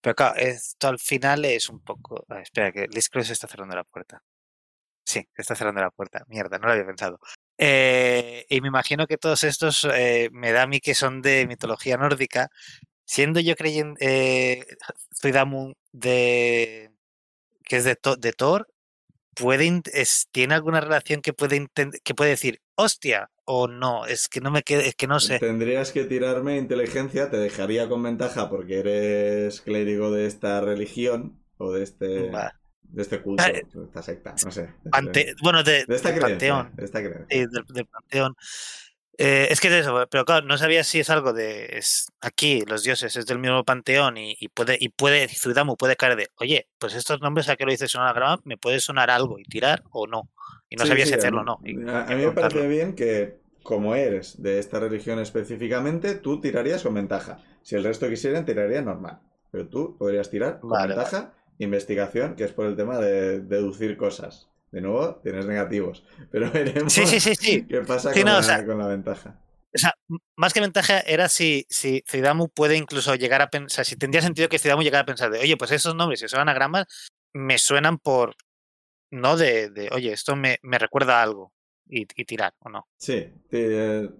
Pero claro, esto al final es un poco... ah, espera, que Liz creo que se está cerrando la puerta. Sí, se está cerrando la puerta. Mierda, no lo había pensado. Eh, y me imagino que todos estos eh, me da a mí que son de mitología nórdica. Siendo yo creyente, eh, Zuidamu de que es de, To- de Thor, puede in- es- tiene alguna relación que puede inten- que puede decir, hostia, o no. Es que no me quede, es que no sé.
Tendrías que tirarme inteligencia, te dejaría con ventaja porque eres clérigo de esta religión o de este,
Va.
de este culto,
Vale.
de esta secta, no sé.
Ante- bueno, de,
de esta
del
creencia.
panteón.
De esta creencia.
sí, del, del panteón. Eh, es que es eso, pero claro, no sabía si es algo de es aquí, los dioses, es del mismo panteón y, y puede, y puede, Zuidamu puede caer de, oye, pues estos nombres a que lo dices en una grama, me puede sonar algo y tirar o no. Y no
Sí,
sabía
sí,
si
a
hacerlo o
mí-
no. y
A, a
quería
mí me parece
preguntarlo.
bien que, como eres de esta religión específicamente, tú tirarías con ventaja. Si el resto quisieran, tiraría normal. Pero tú podrías tirar con
Vale,
ventaja investigación, que es por el tema de deducir cosas. De nuevo, tienes negativos. Pero veremos
Sí, sí, sí, sí.
qué pasa
Sí,
con,
no,
la,
o sea-
con la ventaja.
O sea, m- más que ventaja era si, si Zuidamu puede incluso llegar a pensar, si tendría sentido que Zuidamu llegara a pensar de, oye, pues esos nombres, esos anagramas, me suenan por, no de, de, oye, esto me, me recuerda a algo y, y tirar o no.
Sí, te-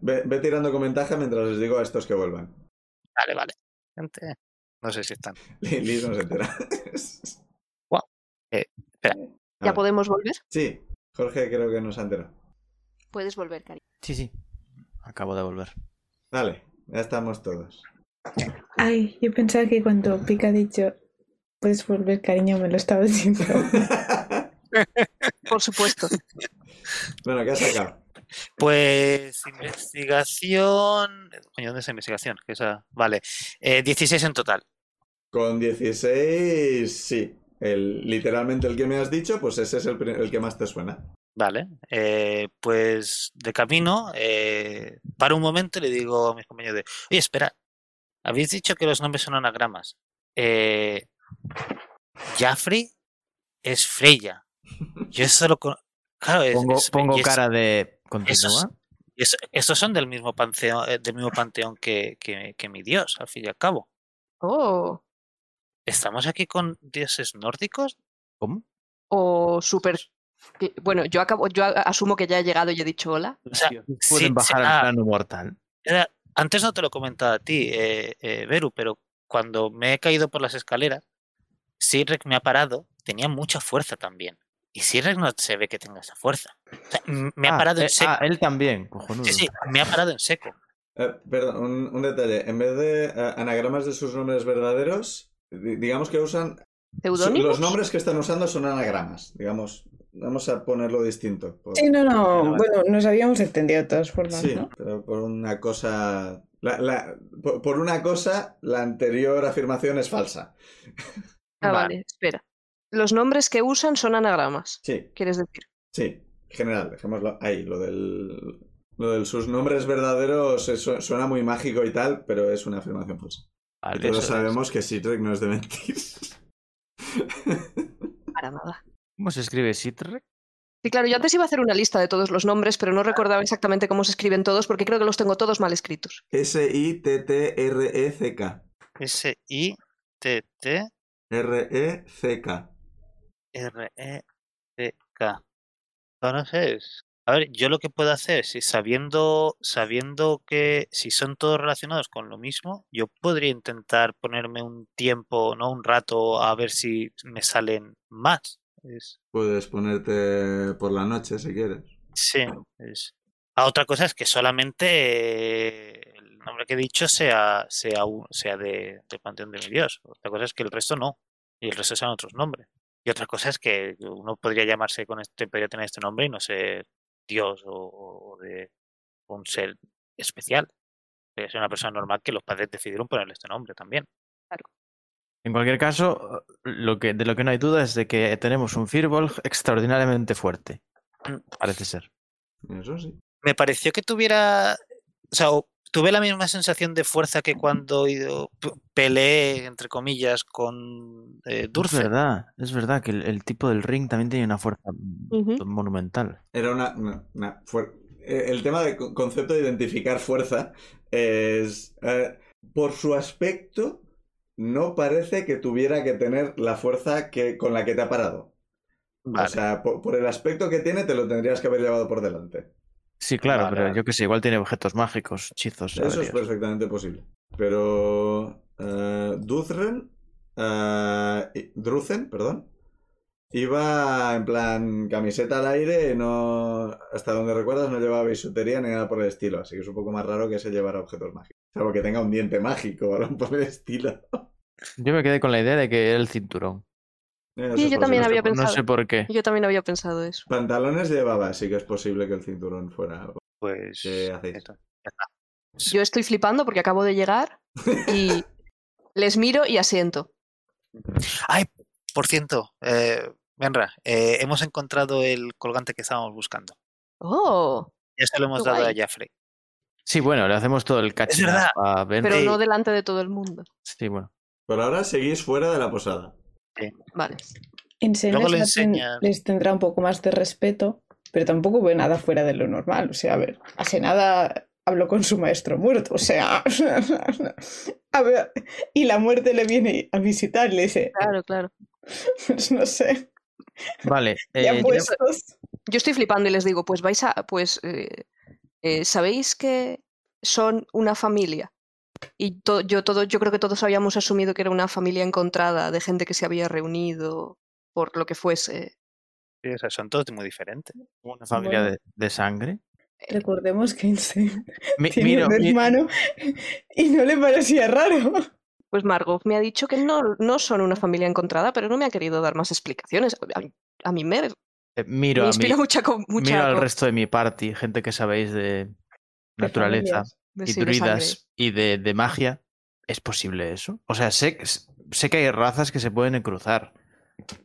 ve, ve tirando con ventaja mientras les digo a estos que vuelvan.
Vale, vale. Gente, no sé si están.
Liz no se entera.
Eh, espera.
Ah,
¿Ya podemos volver?
Sí, Jorge creo que no se ha enterado.
Puedes volver, cariño.
Sí, sí. Acabo de volver.
Dale, ya estamos todos.
Ay, yo pensaba que cuando Pica ha dicho puedes volver, cariño, me lo estaba diciendo.
Por supuesto.
bueno, ¿qué has sacado?
Pues investigación. Coño, ¿dónde está investigación? Que esa- Vale. Eh, 16 en total.
Con 16, sí. El, literalmente el que me has dicho, pues ese es el, pri- el que más te suena.
Vale, eh, pues de camino, eh, paro un momento y le digo a mis compañeros de, oye, espera, habéis dicho que los nombres son anagramas. Eh, Jaffrey es Freya. Yo eso lo con- Claro, es-
Pongo,
es-
pongo
y es-
cara de.
eso es-
Continúa.
y es- estos son del mismo panteón, eh, del mismo panteón que, que- que mi dios, al fin y al cabo.
Oh,
¿Estamos aquí con dioses nórdicos?
¿Cómo?
o súper. que- Bueno, yo acabo, yo a- asumo que ya he llegado y he dicho hola.
O sea, sí,
Pueden
sí,
bajar
ah,
al plano mortal.
Era- antes no te lo comentaba a ti, eh, eh, Beru, pero cuando me he caído por las escaleras, Sirrek me ha parado, tenía mucha fuerza también. Y Sirrek no se ve que tenga esa fuerza. O sea, m- me ha
Ah,
parado
eh,
en seco.
ah, él también. cojonudo.
Sí, sí, me ha parado en seco.
Eh, perdón, un, un detalle. En vez de eh, anagramas de sus nombres verdaderos, di- digamos que usan... su-
¿Seudónimo?
los nombres que están usando son anagramas. Digamos, vamos a ponerlo distinto. por-
Sí, no,
Vale,
no.
vale.
Bueno, nos habíamos entendido de todas formas,
Sí,
¿no?
pero por una cosa... la- la- por, por una cosa, la anterior afirmación es falsa.
Va,
Ah, vale, espera. Los nombres que usan son anagramas,
Sí,
quieres decir.
sí. General, dejémoslo ahí. Lo del... Lo de sus nombres verdaderos eh, su- suena muy mágico y tal, pero es una afirmación falsa.
Vale,
Todos
eso es.
sabemos que Citric no es de mentir.
Para nada.
¿Cómo se escribe Citrek?
Sí, claro, yo antes iba a hacer una lista de todos los nombres, pero no recordaba exactamente cómo se escriben todos porque creo que los tengo todos mal escritos.
E S-I-T-T-R-E-C-K.
S-I-T-T-R-E-C-K.
E R-E-C-K.
E Ahora sé, es- A ver, yo lo que puedo hacer, si sabiendo, sabiendo que si son todos relacionados con lo mismo, yo podría intentar ponerme un tiempo, no un rato, a ver si me salen más. Es-
Puedes ponerte por la noche si quieres.
sí. es- Ah, otra cosa es que solamente eh, el nombre que he dicho sea, sea, un- sea de, del Panteón de mi Dios. Otra cosa es que el resto no. Y el resto sean otros nombres. Y otra cosa es que uno podría llamarse con este, podría tener este nombre y no ser Dios o, o- o de un ser especial. Podría ser una persona normal que los padres decidieron ponerle este nombre también.
En cualquier caso, lo que, de lo que no hay duda es de que tenemos un Firbolg extraordinariamente fuerte.
Mm.
Parece ser.
Eso sí.
me pareció que tuviera, o sea, o- tuve la misma sensación de fuerza que cuando yo p- peleé, entre comillas, con eh,
Es
Durfer.
verdad, es verdad que el, el tipo del ring también tiene una fuerza
Ujú.
monumental.
Era una. una- una fuer- eh, El tema del co- concepto de identificar fuerza es. eh, por su aspecto, no parece que tuviera que tener la fuerza que, con la que te ha parado. O
Vale.
sea, por, por el aspecto que tiene, te lo tendrías que haber llevado por delante.
Sí, claro,
Vale,
pero
vale.
yo que sé, igual tiene objetos mágicos, hechizos.
Pues
Eso
sabe
es
Dios.
perfectamente posible. Pero. eh, Duthren. eh, y- Drucen, perdón. Iba en plan camiseta al aire, no hasta donde recuerdas no llevaba bisutería ni nada por el estilo, así que es un poco más raro que se llevara objetos mágicos. Salvo que tenga un diente mágico o algo por el estilo.
Yo me quedé con la idea de que era el cinturón.
No
Sí,
sé
yo
por
también
qué.
había
No
pensado.
sé por qué.
Yo también había pensado eso.
Pantalones llevaba, así que es posible que el cinturón fuera algo.
Pues.
¿Qué hacéis?
eso.
Yo estoy flipando porque acabo de llegar y les miro y asiento.
Ay, por cierto, eh, Benra, eh, hemos encontrado el colgante que estábamos buscando.
Oh,
Ya se lo hemos
Qué
dado
guay.
a Jaffrey.
Sí, bueno, le hacemos todo el cacho
verdad.
a Ben.
pero
Sí.
no delante de todo el mundo.
Sí, bueno.
Por ahora seguís fuera de la posada.
Vale.
Enseñas,
Luego le
la ten-
enseñas.
les tendrá un poco más de respeto, pero tampoco ve nada fuera de lo normal. O sea, a ver, hace nada habló con su maestro muerto. O sea, a ver, y la muerte le viene a visitar, le dice,
Claro, claro.
pues no sé,
Vale. eh,
pues,
ya
ya-
puestos.
Yo estoy flipando y les digo, pues vais a, pues, eh, eh, sabéis que son una familia. Y to- yo todo, yo creo que todos habíamos asumido que era una familia encontrada de gente que se había reunido por lo que fuese.
Sí, o sea, son todos muy diferentes.
una familia
Bueno.
de, de sangre.
Recordemos que Insane
Mi-
tiene
miro,
un
mi-
hermano y no le parecía raro.
Pues Margot me ha dicho que no, no son una familia encontrada, pero no me ha querido dar más explicaciones. A, a mí me,
eh,
me
miro a mi-
inspira mucha, con, mucha
miro al
con-
resto de mi party, gente que sabéis de naturaleza
de-
y
sí, de sangre.
druidas y de, de magia. ¿Es posible eso? O sea, sé, sé que hay razas que se pueden cruzar,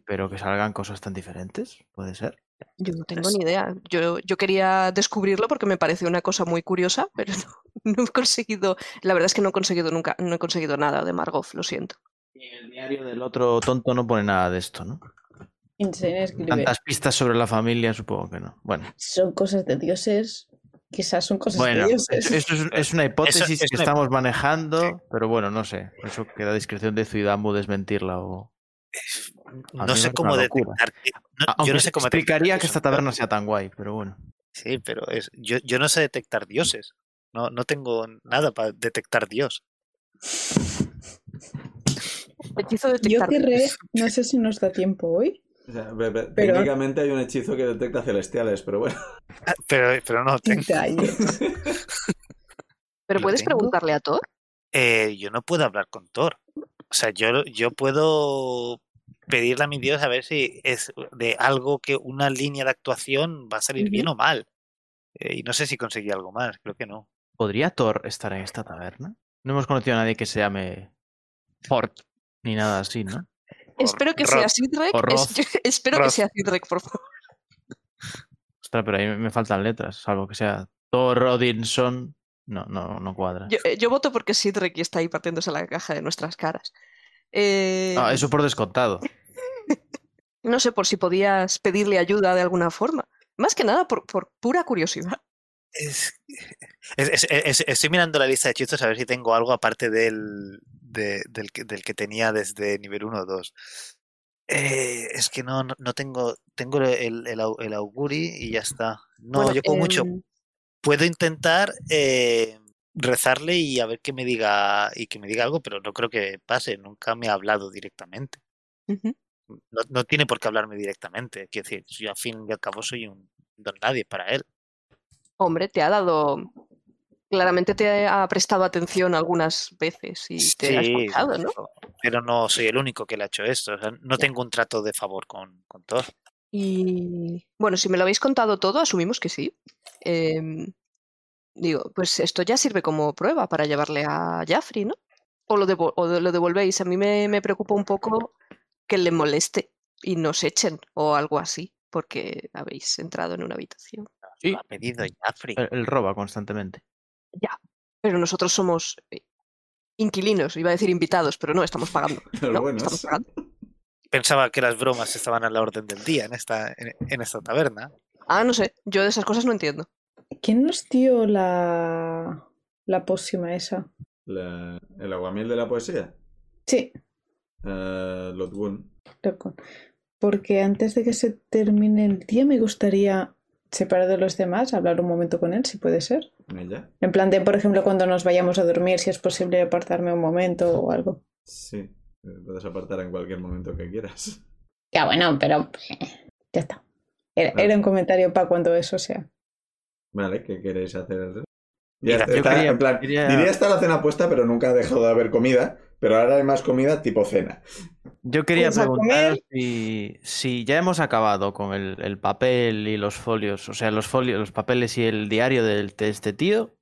pero que salgan cosas tan diferentes, puede ser.
Yo no tengo
Pues-
ni idea. Yo, yo quería descubrirlo porque me parece una cosa muy curiosa, pero no, no he conseguido. La verdad es que no he conseguido nunca, no he conseguido nada de Margot, lo siento.
Y en el diario del otro tonto no pone nada de esto, ¿no?
Insane escribe,
Tantas pistas sobre la familia, supongo que no. Bueno,
son cosas de dioses, quizás son cosas
bueno
de dioses.
eso es, es una hipótesis
es
que
una
estamos manejando, pero bueno, no sé. Eso queda a discreción de Ciudadmu desmentirla o... A mí
No
me parece
sé cómo
una locura.
detectar. que- no-
A-
yo
aunque
no sé cómo detectar
explicaría que
son
esta taberna sea tan guay, pero bueno.
Sí, pero es, yo, yo no sé detectar dioses. No, no tengo nada para detectar Dios.
Hechizo
Yo
detectar.
querré, no sé si nos da tiempo hoy.
O sea, be- be-
Pero-
Técnicamente hay un hechizo que detecta celestiales, pero bueno.
Ah, Pero, pero no tengo.
Detalles.
Pero
lo
puedes
tengo.
preguntarle a Thor.
Eh, yo no puedo hablar con Thor. O sea, yo, yo puedo pedirle a mi Dios a ver si es de algo que una línea de actuación va a salir bien o mal. Eh, y no sé si conseguí algo más, creo que no.
¿Podría Thor estar en esta taberna? No hemos conocido a nadie que se llame Thor ni nada así, ¿no?
Por
Espero que
Rod.
sea Sidrek.
Por
es- espero que
Roz.
sea Sidrek, por favor.
Ostras, pero ahí me- me faltan letras, salvo que sea Thor Odinson. No, no, no cuadra.
Yo, eh, yo voto porque Sidrek y está ahí partiéndose la caja de nuestras caras. Eh,
Ah, eso por descontado.
No sé por si podías pedirle ayuda de alguna forma. Más que nada por, por pura curiosidad.
Es- es- es- es- estoy mirando la lista de hechizos a ver si tengo algo aparte del, de- del, que- del que tenía desde nivel 1 o 2. Eh, es que no, no, no tengo. Tengo el, el, au- el auguri y ya está. No,
Bueno,
yo como mucho.
em,
Puedo intentar eh, rezarle y a ver que me diga y que me diga algo, pero no creo que pase. Nunca me ha hablado directamente.
ujú.
No, no tiene por qué hablarme directamente. Quiero decir, yo al fin y al cabo soy un don nadie para él.
Hombre, te ha dado. Claramente te ha prestado atención algunas veces y te ha
Sí,
escuchado, ¿no?
Pero no soy el único que le ha hecho esto. o sea, no tengo un trato de favor con, con Thor.
Y bueno, si me lo habéis contado todo, asumimos que sí. Em, digo, pues esto ya sirve como prueba para llevarle a Jaffrey, ¿no? O lo, devo- o lo devolvéis. A mí me, me preocupa un poco que le moleste y nos echen o algo así, porque habéis entrado en una habitación.
Sí,
Lo ha pedido Jaffrey.
él, él roba constantemente.
Pero nosotros somos eh, inquilinos, iba a decir invitados, pero no, estamos pagando.
Los
No,
buenos.
estamos pagando.
Pensaba que las bromas estaban a la orden del día en esta, en, en esta taberna.
Ah, no sé, yo de esas cosas no entiendo.
¿Quién nos dio la, la pócima esa?
La- el aguamiel de la poesía.
Sí,
Eh, Lotgun.
loco. Porque antes de que se termine el día me gustaría separar de los demás, hablar un momento con él, si puede ser.
¿Ella?
En plan de, por ejemplo, cuando nos vayamos a dormir, si es posible apartarme un momento o algo.
Sí. Eh, Puedes apartar en cualquier momento que quieras.
Ya bueno, pero ya está. Era,
Vale.
era un comentario para cuando eso sea.
Vale, ¿qué queréis hacer? Ya
Mira,
está,
yo
está,
quería-
en plan,
quería-
diría está la cena puesta, pero nunca ha dejado de haber comida, pero ahora hay más comida tipo cena.
Yo quería
Vamos a
preguntar
comer.
si, si ya hemos acabado con el, el papel y los folios, o sea, los folios, los papeles y el diario del- de este tío,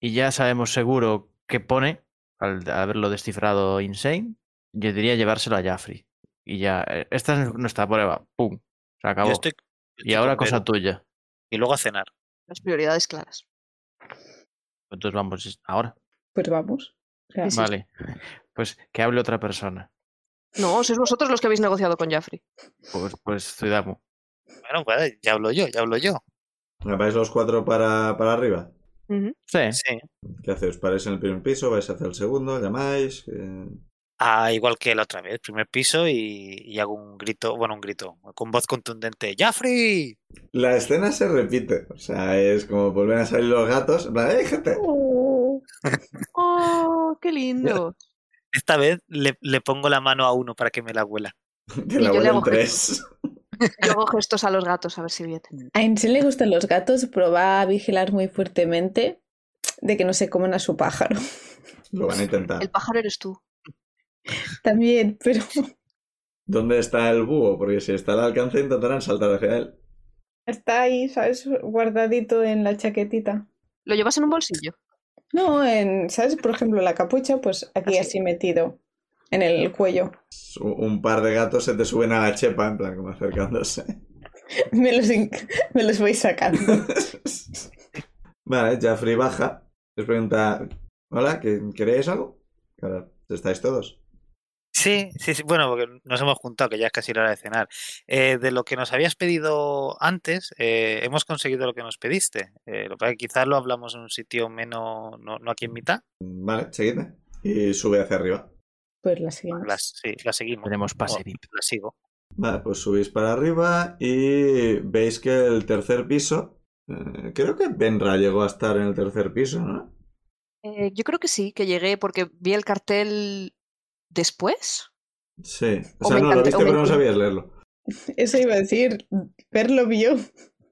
y ya sabemos seguro qué pone al haberlo descifrado Insane. Yo diría llevárselo a Jaffrey. Y ya, eh, esta es nuestra prueba. ¡Pum! Se acabó.
Yo estoy-
y
estoy
ahora
con
cosa
Vero.
tuya.
Y luego a cenar.
Las prioridades claras.
Entonces vamos es- ahora.
Pues vamos. O sea,
Sí, sí.
Vale. Pues que hable otra persona.
No, sois vosotros los que habéis negociado con Jaffrey.
Pues, pues Zuidamu.
Bueno, vale, ya hablo yo, ya hablo yo.
¿Me vais los cuatro para, para arriba?
Sí.
Sí.
¿Qué hacéis? ¿Paráis en el primer piso? ¿Vais hacia el segundo? ¿Llamáis? Eh,
Ah, igual que la otra vez, primer piso y, y hago un grito, bueno, un grito, con voz contundente, ¡Jaffrey!
La escena se repite. O sea, es como vuelven a salir los gatos. En plan, ¡eh, gente!
¡Oh, qué lindo!
Esta vez le, le pongo la mano a uno para que me la huela.
Que
Y
la
yo le
vuelan
hago
tres.
Yo hago gestos a los gatos a ver si vienen.
Mm.
A Insel le gustan los gatos, pero va a vigilar muy fuertemente de que no se coman a su pájaro.
Lo van a
El
intentar.
pájaro eres tú.
También, pero
¿Dónde está el búho? Porque si está al alcance intentarán saltar hacia él.
está ahí, ¿sabes? Guardadito en la chaquetita.
¿Lo llevas en un bolsillo?
No, en, ¿sabes? Por ejemplo, la capucha, pues
Ah,
aquí
Así.
así metido, en el cuello.
Su- Un par de gatos se te suben a la chepa, en plan, como acercándose.
Me los, in- me los voy sacando. Pues
Vale, Jaffrey baja. Les pregunta, hola, ¿que- ¿queréis algo? Ahora, ¿estáis todos?
Sí, sí, sí, bueno, porque nos hemos juntado, que ya es casi la hora de cenar. Eh, de lo que nos habías pedido antes, eh, hemos conseguido lo que nos pediste. Eh, lo que pasa es que quizás lo hablamos en un sitio menos, no, no aquí en mitad.
Vale, seguidme. Y sube hacia arriba.
Pues la seguimos.
Las, sí, la seguimos,
Tenemos pase
Oh.
VIP.
la sigo.
Vale, pues subís para arriba y veis que el tercer piso... eh, creo que Benra llegó a estar en el tercer piso, ¿no?
Eh, yo creo que sí, que llegué porque vi el cartel después.
Sí. O sea,
O Oh, me
no, lo
encanta-
viste,
o me
pero no
encanta.
sabías leerlo.
Eso iba a decir, verlo vio.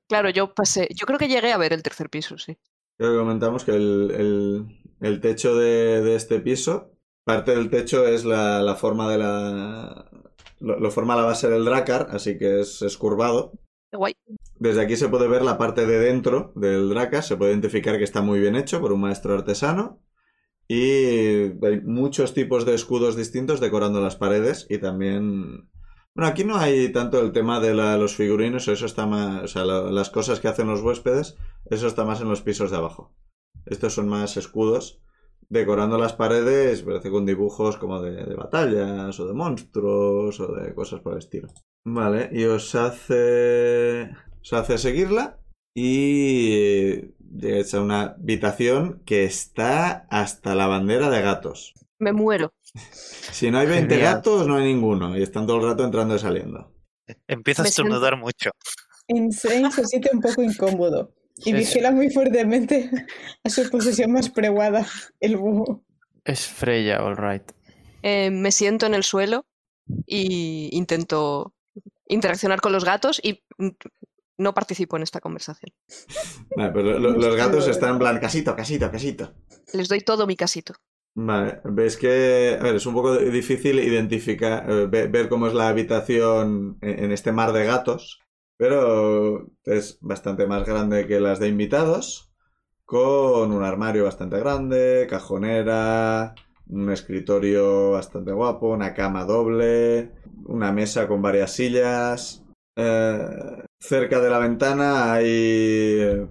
Claro, yo pasé. Yo creo que llegué a ver el tercer piso, sí.
Creo que comentamos que el, el- el techo de, de este piso, parte del techo es la, la forma de la... Lo, lo forma la base del Dracar, así que es, es curvado.
Qué guay.
Desde aquí se puede ver la parte de dentro del Dracar, se puede identificar que está muy bien hecho por un maestro artesano. Y hay muchos tipos de escudos distintos decorando las paredes y también... Bueno, aquí no hay tanto el tema de la- los figurinos, eso está más... O sea, la- las cosas que hacen los huéspedes, eso está más en los pisos de abajo. Estos son más escudos decorando las paredes, parece con dibujos como de, de batallas o de monstruos o de cosas por el estilo. Vale, y os hace... Os hace seguirla y llegáis a una habitación que está hasta la bandera de gatos.
Me muero.
Si no hay 20
Genial.
gatos, no hay ninguno. Y están todo el rato entrando y saliendo.
Empiezo a
Me siento-
estornudar mucho.
Insane se siente un poco incómodo y
Es-
vigila muy fuertemente a su posesión más preuada, el búho.
Es Freya, all right.
Eh, me siento en el suelo y intento interaccionar con los gatos y mm, no participo en esta conversación.
Vale, pero lo- los gatos están en plan casito, casito, casito.
Les doy todo mi casito.
Vale, veis que a ver, es un poco difícil identificar, eh, ve- ver cómo es la habitación en, en este mar de gatos, pero es bastante más grande que las de invitados, con un armario bastante grande, cajonera, un escritorio bastante guapo, una cama doble, una mesa con varias sillas. Eh, cerca de la ventana hay eh,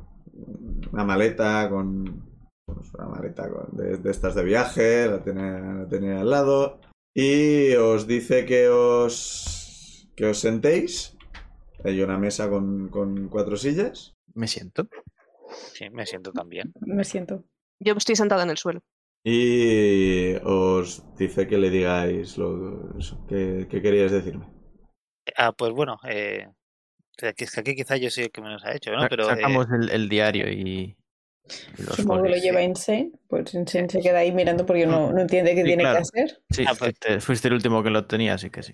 una maleta con pues, una maleta con- de, de estas de viaje, la tenía, la tenía al lado. Y os dice que os, que os sentéis. Hay una mesa con, con cuatro sillas.
Me siento.
Sí, me siento también.
Me siento.
Yo estoy sentada en el suelo.
Y os dice que le digáis lo eso, que, que queríais decirme.
Ah, pues bueno, eh, que es que aquí quizás yo soy el que menos ha hecho, ¿no?
Sa-
Pero eh,
Sacamos el, el diario y. y los
Supongo que lo
folios.
lleva Insane, pues Insane se queda ahí mirando porque no, no entiende qué
Sí,
tiene
claro.
que hacer.
Sí, este,
Ah, pues-
fuiste, fuiste el último que lo tenía, así que sí.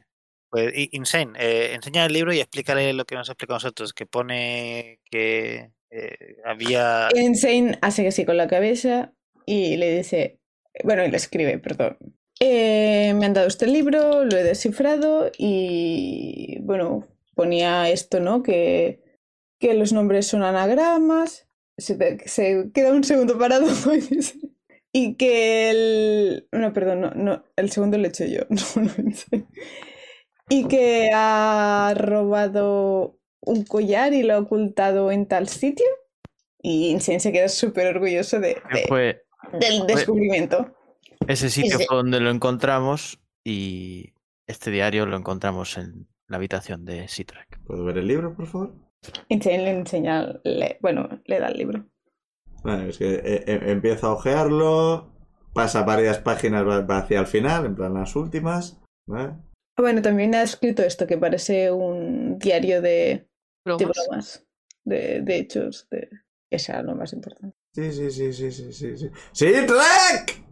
Pues, i- Insane, eh, enseña el libro y explícale lo que nos explica a nosotros, que pone que eh, había...
Insane hace que sí con la cabeza y le dice, bueno, y le escribe, perdón. Eh, me han dado este libro, lo he descifrado y, bueno, ponía esto, ¿no? Que, que los nombres son anagramas. Se, te- se queda un segundo parado y dice, y que el... No, perdón, no, no, el segundo lo he hecho yo. No, no, Insane. y que ha robado un collar y lo ha ocultado en tal sitio. Y Insane se queda súper orgulloso de, de-
Fue,
del descubrimiento.
ese sitio
Ese-
fue donde lo encontramos y este diario lo encontramos en la habitación de Sitrac.
¿Puedo ver el libro, por favor?
Insane le enseña, le- bueno, le da el libro.
Bueno, es que eh, eh, empieza a ojearlo, pasa varias páginas va- va hacia el final, en plan las últimas. ¿vale?
Ah, Bueno, también ha escrito esto que parece un diario de, de
Bromas.
bromas, de, de hechos, de... Esa es lo más importante.
Sí, sí, sí, sí, sí, sí, sí. ¡Sí, Trek!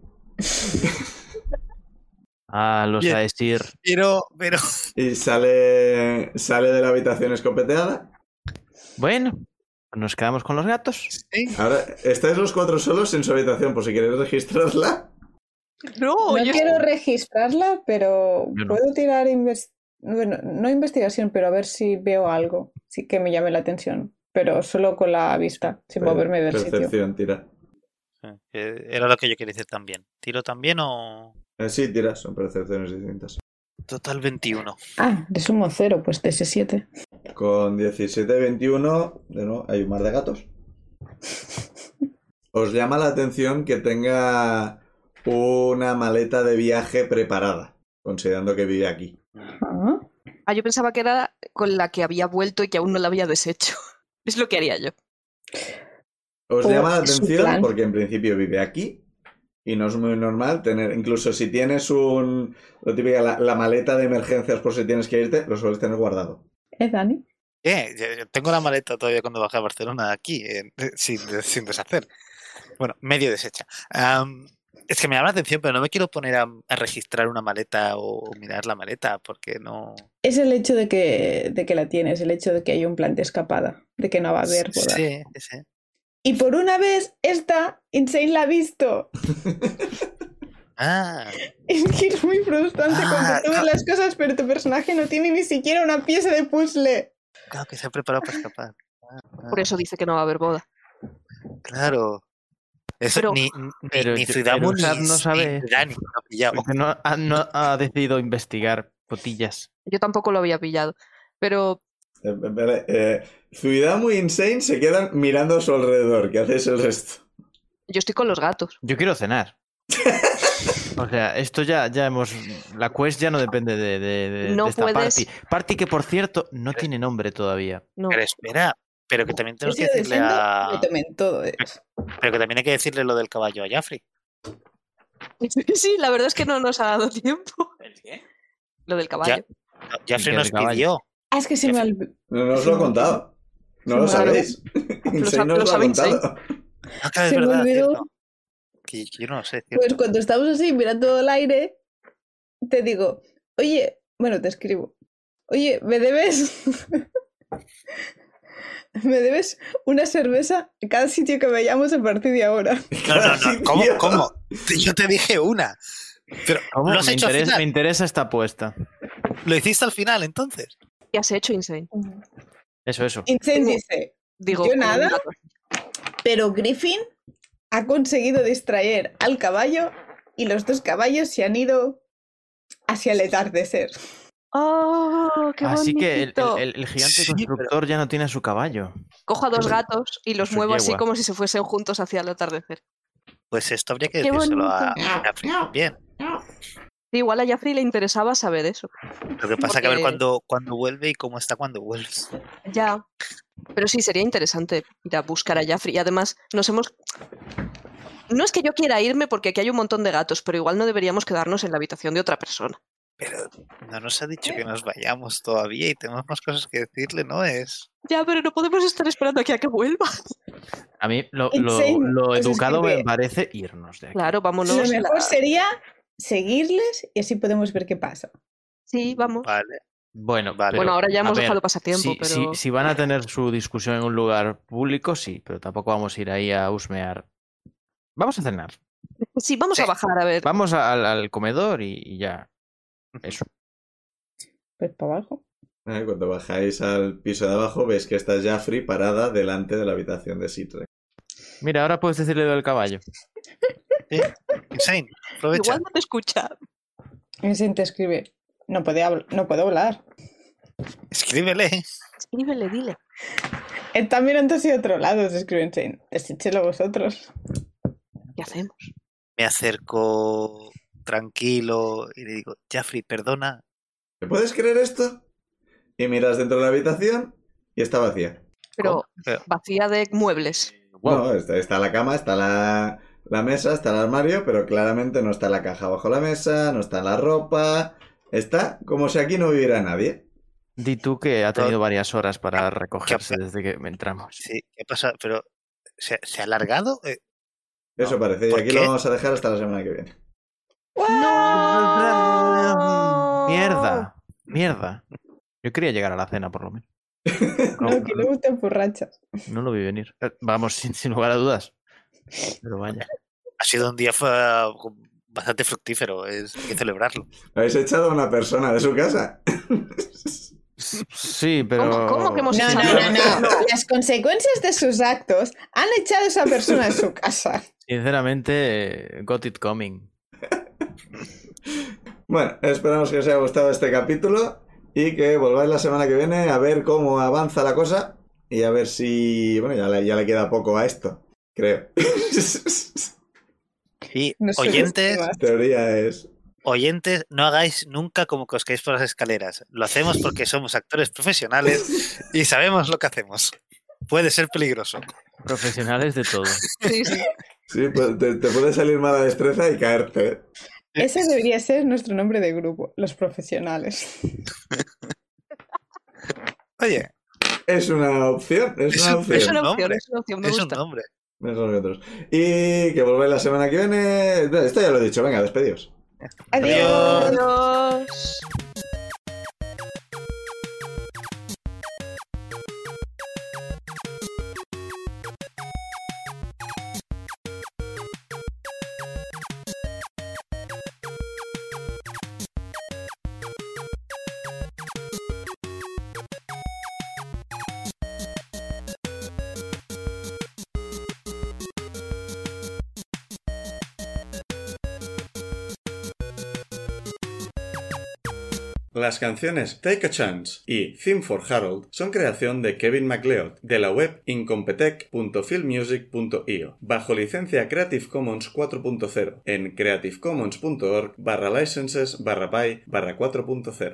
Ah, los
Bien.
a decir.
Pero, pero...
Y sale, sale de la habitación escopeteada.
Bueno, nos quedamos con los gatos.
Ahora, estáis los cuatro solos en su habitación, por si queréis registrarla.
No,
No
yo-
quiero registrarla, pero
Yo no.
puedo tirar inves- bueno, no investigación, pero a ver si veo algo, sí que me llame la atención, pero solo con la vista, sin
Pues,
moverme del sitio.
Percepción, tira.
Eh, Era lo que yo quería decir también. ¿Tiro también o...?
Eh, sí, tira, son percepciones distintas.
Total 21.
Ah, le sumo cero, pues de ese 7.
Con 17, 21, de nuevo, hay un mar de gatos. Os llama la atención que tenga una maleta de viaje preparada, considerando que vive aquí.
Ah, yo pensaba que era con la que había vuelto y que aún no la había deshecho. Es lo que haría yo.
Os
O
llama la
es su
atención
plan.
porque en principio vive aquí y no es muy normal tener, incluso si tienes un, lo típico, la, la maleta de emergencias por si tienes que irte, lo sueles tener guardado.
¿Eh, Dani?
Eh, yo- yo tengo la maleta todavía cuando bajé a Barcelona aquí, eh, sin, sin deshacer. Bueno, medio deshecha. Am, es que me llama la atención, pero no me quiero poner a, a registrar una maleta o, mirar la maleta, porque no...
Es el hecho de que, de que la tienes, el hecho de que hay un plan de escapada, de que no va a haber boda.
Sí, sí.
Y por una vez, esta Insane la ha visto.
Ah,
Es que es muy frustrante
Ah,
cuando tú ves
ca-
las cosas, pero tu personaje no tiene ni siquiera una pieza de puzzle.
claro que se ha preparado para escapar. Ah,
Por
ah,
eso dice que no va a haber boda.
Claro. Eso
Pero-
ni, ni- ni,
Pero yo- pero
Zuidamu ni-
Sad no
ni
sabe Pues eso.
Dani lo ha pillado.
Porque no ha, no ha decidido investigar potillas.
Yo tampoco lo había pillado. Pero
Eh, eh, vale, eh, Zuidamu y Insane se quedan mirando a su alrededor. ¿Qué hacéis el resto?
yo estoy con los gatos.
Yo quiero cenar. O sea, esto ya, ya hemos. La quest ya no depende de, de- de- de
No
esta
puedes-
party. Party que, por cierto, no tiene nombre todavía.
No.
Pero espera, pero que también tenemos
He
que
sido
decirle
diciendo,
a...
me tomen todo eso.
Pero que también hay que decirle lo del caballo a Jaffrey.
Sí, la verdad es que no nos ha dado tiempo.
¿El qué?
Lo del caballo.
Jaffrey
que
nos
el caballo.
pidió.
Ah, es que se me olvidó.
No, no os lo he contado. No lo
Claro.
sabéis. Insane no os lo
lo
ha
sabe Insane.
contado.
Ah, claro, es
Se me
verdad,
olvidó.
cierto. Que yo- que yo no lo sé,
Pues
cierto.
cuando estamos así mirando al aire, te digo, oye, bueno, te escribo. Oye, me debes. me debes una cerveza en cada sitio que vayamos a partir de ahora.
No, no,
Casi,
no. ¿Cómo?
tío.
¿Cómo? Te- Yo te dije una. Pero
¿Cómo?
lo has
Me,
hecho al
interesa, me
final.
interesa esta apuesta.
Lo hiciste al final, entonces.
¿Qué has hecho, Insane?
Eso, eso.
Insane dice,
Digo,
¿Yo
con los
nada?
gatos.
Pero Griffin ha conseguido distraer al caballo y los dos caballos se han ido hacia el atardecer.
¡Oh, qué
Así que el,
bonito!
el- el gigante
Sí, pero-
constructor ya no tiene a su caballo.
Cojo a dos gatos y los
Su
muevo así
yegua.
como si se fuesen juntos hacia el atardecer.
Pues esto habría que
Qué
decírselo a
bonito.
a Jaffrey también.
Sí, Igual a Jaffrey le interesaba saber eso.
Lo que pasa que a ver
Porque-
cuándo cuando vuelve y cómo está cuando vuelve.
Ya. Pero sí, sería interesante ir a buscar a Jaffrey. Y además, nos hemos. No es que yo quiera irme porque aquí hay un montón de gatos, pero igual no deberíamos quedarnos en la habitación de otra persona.
Pero no nos ha dicho que nos vayamos todavía y tenemos más cosas que decirle, ¿no? Es.
Ya, pero no podemos estar esperando aquí a que vuelva.
A mí lo,
En
lo-
serio,
lo
Pues
eso es
educado me
que-
parece irnos de aquí.
Claro, vámonos.
Lo
a la-
mejor sería seguirles y así podemos ver qué pasa.
Sí, vamos.
Vale.
Bueno,
Vale.
Ah, pero,
bueno, ahora ya
a
hemos
ver,
dejado pasatiempo,
si, si-
pero
si van a tener su discusión en un lugar público, sí, pero tampoco vamos a ir ahí a husmear. Vamos a cenar.
sí, vamos a
Sí.
bajar a ver.
Vamos a- al, al comedor y, y ya. Eso.
Pues para abajo.
Ah, Cuando bajáis al piso de abajo, veis que está Jaffrey parada delante de la habitación de Sitre.
Mira, ahora puedes decirle lo del caballo.
Insane, aprovecha.
Igual no te escucha.
Insane te escribe. No, puede habl- no puedo hablar.
Escríbele.
Escríbele, dile.
Está mirando hacia otro lado, se escribe Insane. Desíchelo vosotros.
¿Qué hacemos?
Me acerco tranquilo y le digo, Jaffrey, perdona.
¿Te puedes creer esto? Y miras dentro de la habitación y está vacía.
Pero
Pero-
vacía de muebles.
Guau.
No, está, está la cama, está la, la mesa, está el armario, pero claramente no está la caja bajo la mesa, no está la ropa. Está como si aquí no viviera nadie.
Di tú que ha tenido varias horas para recogerse desde que entramos.
Sí, ¿qué pasa? Pero, ¿se, se ha alargado? Eh,
Eso
No,
parece. Y
¿por
aquí
qué?
lo vamos a dejar hasta la semana que viene.
¡No!
Mierda, mierda. Yo quería llegar a la cena por lo menos.
No,
No,
que le gustan borrachas.
no lo vi venir. Eh, Vamos, sin, sin lugar a dudas. Pero vaya.
ha sido un día fa- bastante fructífero, es, hay que celebrarlo.
Habéis echado a una persona de su casa.
Sí, pero.
¿Cómo, cómo que hemos
No,
hecho
no,
nada?
no, no. Las consecuencias de sus actos han echado a esa persona de su casa.
Sinceramente, eh, got it coming.
Bueno, esperamos que os haya gustado este capítulo y que volváis la semana que viene a ver cómo avanza la cosa y a ver si... Bueno, ya le, ya le queda poco a esto, creo.
Y
No sé
oyentes,
qué más.
Teoría es...
oyentes, no hagáis nunca como que os caéis por las escaleras. Lo hacemos porque somos actores profesionales y sabemos lo que hacemos. Puede ser peligroso.
Profesionales de todo.
Sí, sí.
Sí, pues te, te puede salir mala destreza y caerte.
Ese debería ser nuestro nombre de grupo, los profesionales.
Oye,
Es una opción, es
Es
una
un-
opción.
Es una
Nombre.
opción, es una opción, me
es un
gusta.
nombre.
Mejor que otros. Y que volváis la semana que viene... Esto ya lo he dicho, venga, despedidos.
Adiós.
Adiós.
Las canciones Take a Chance y Theme for Harold son creación de Kevin MacLeod de la web incompetech.filmmusic.io bajo licencia Creative Commons 4.0 en creativecommons.org barra licenses barra by barra 4.0.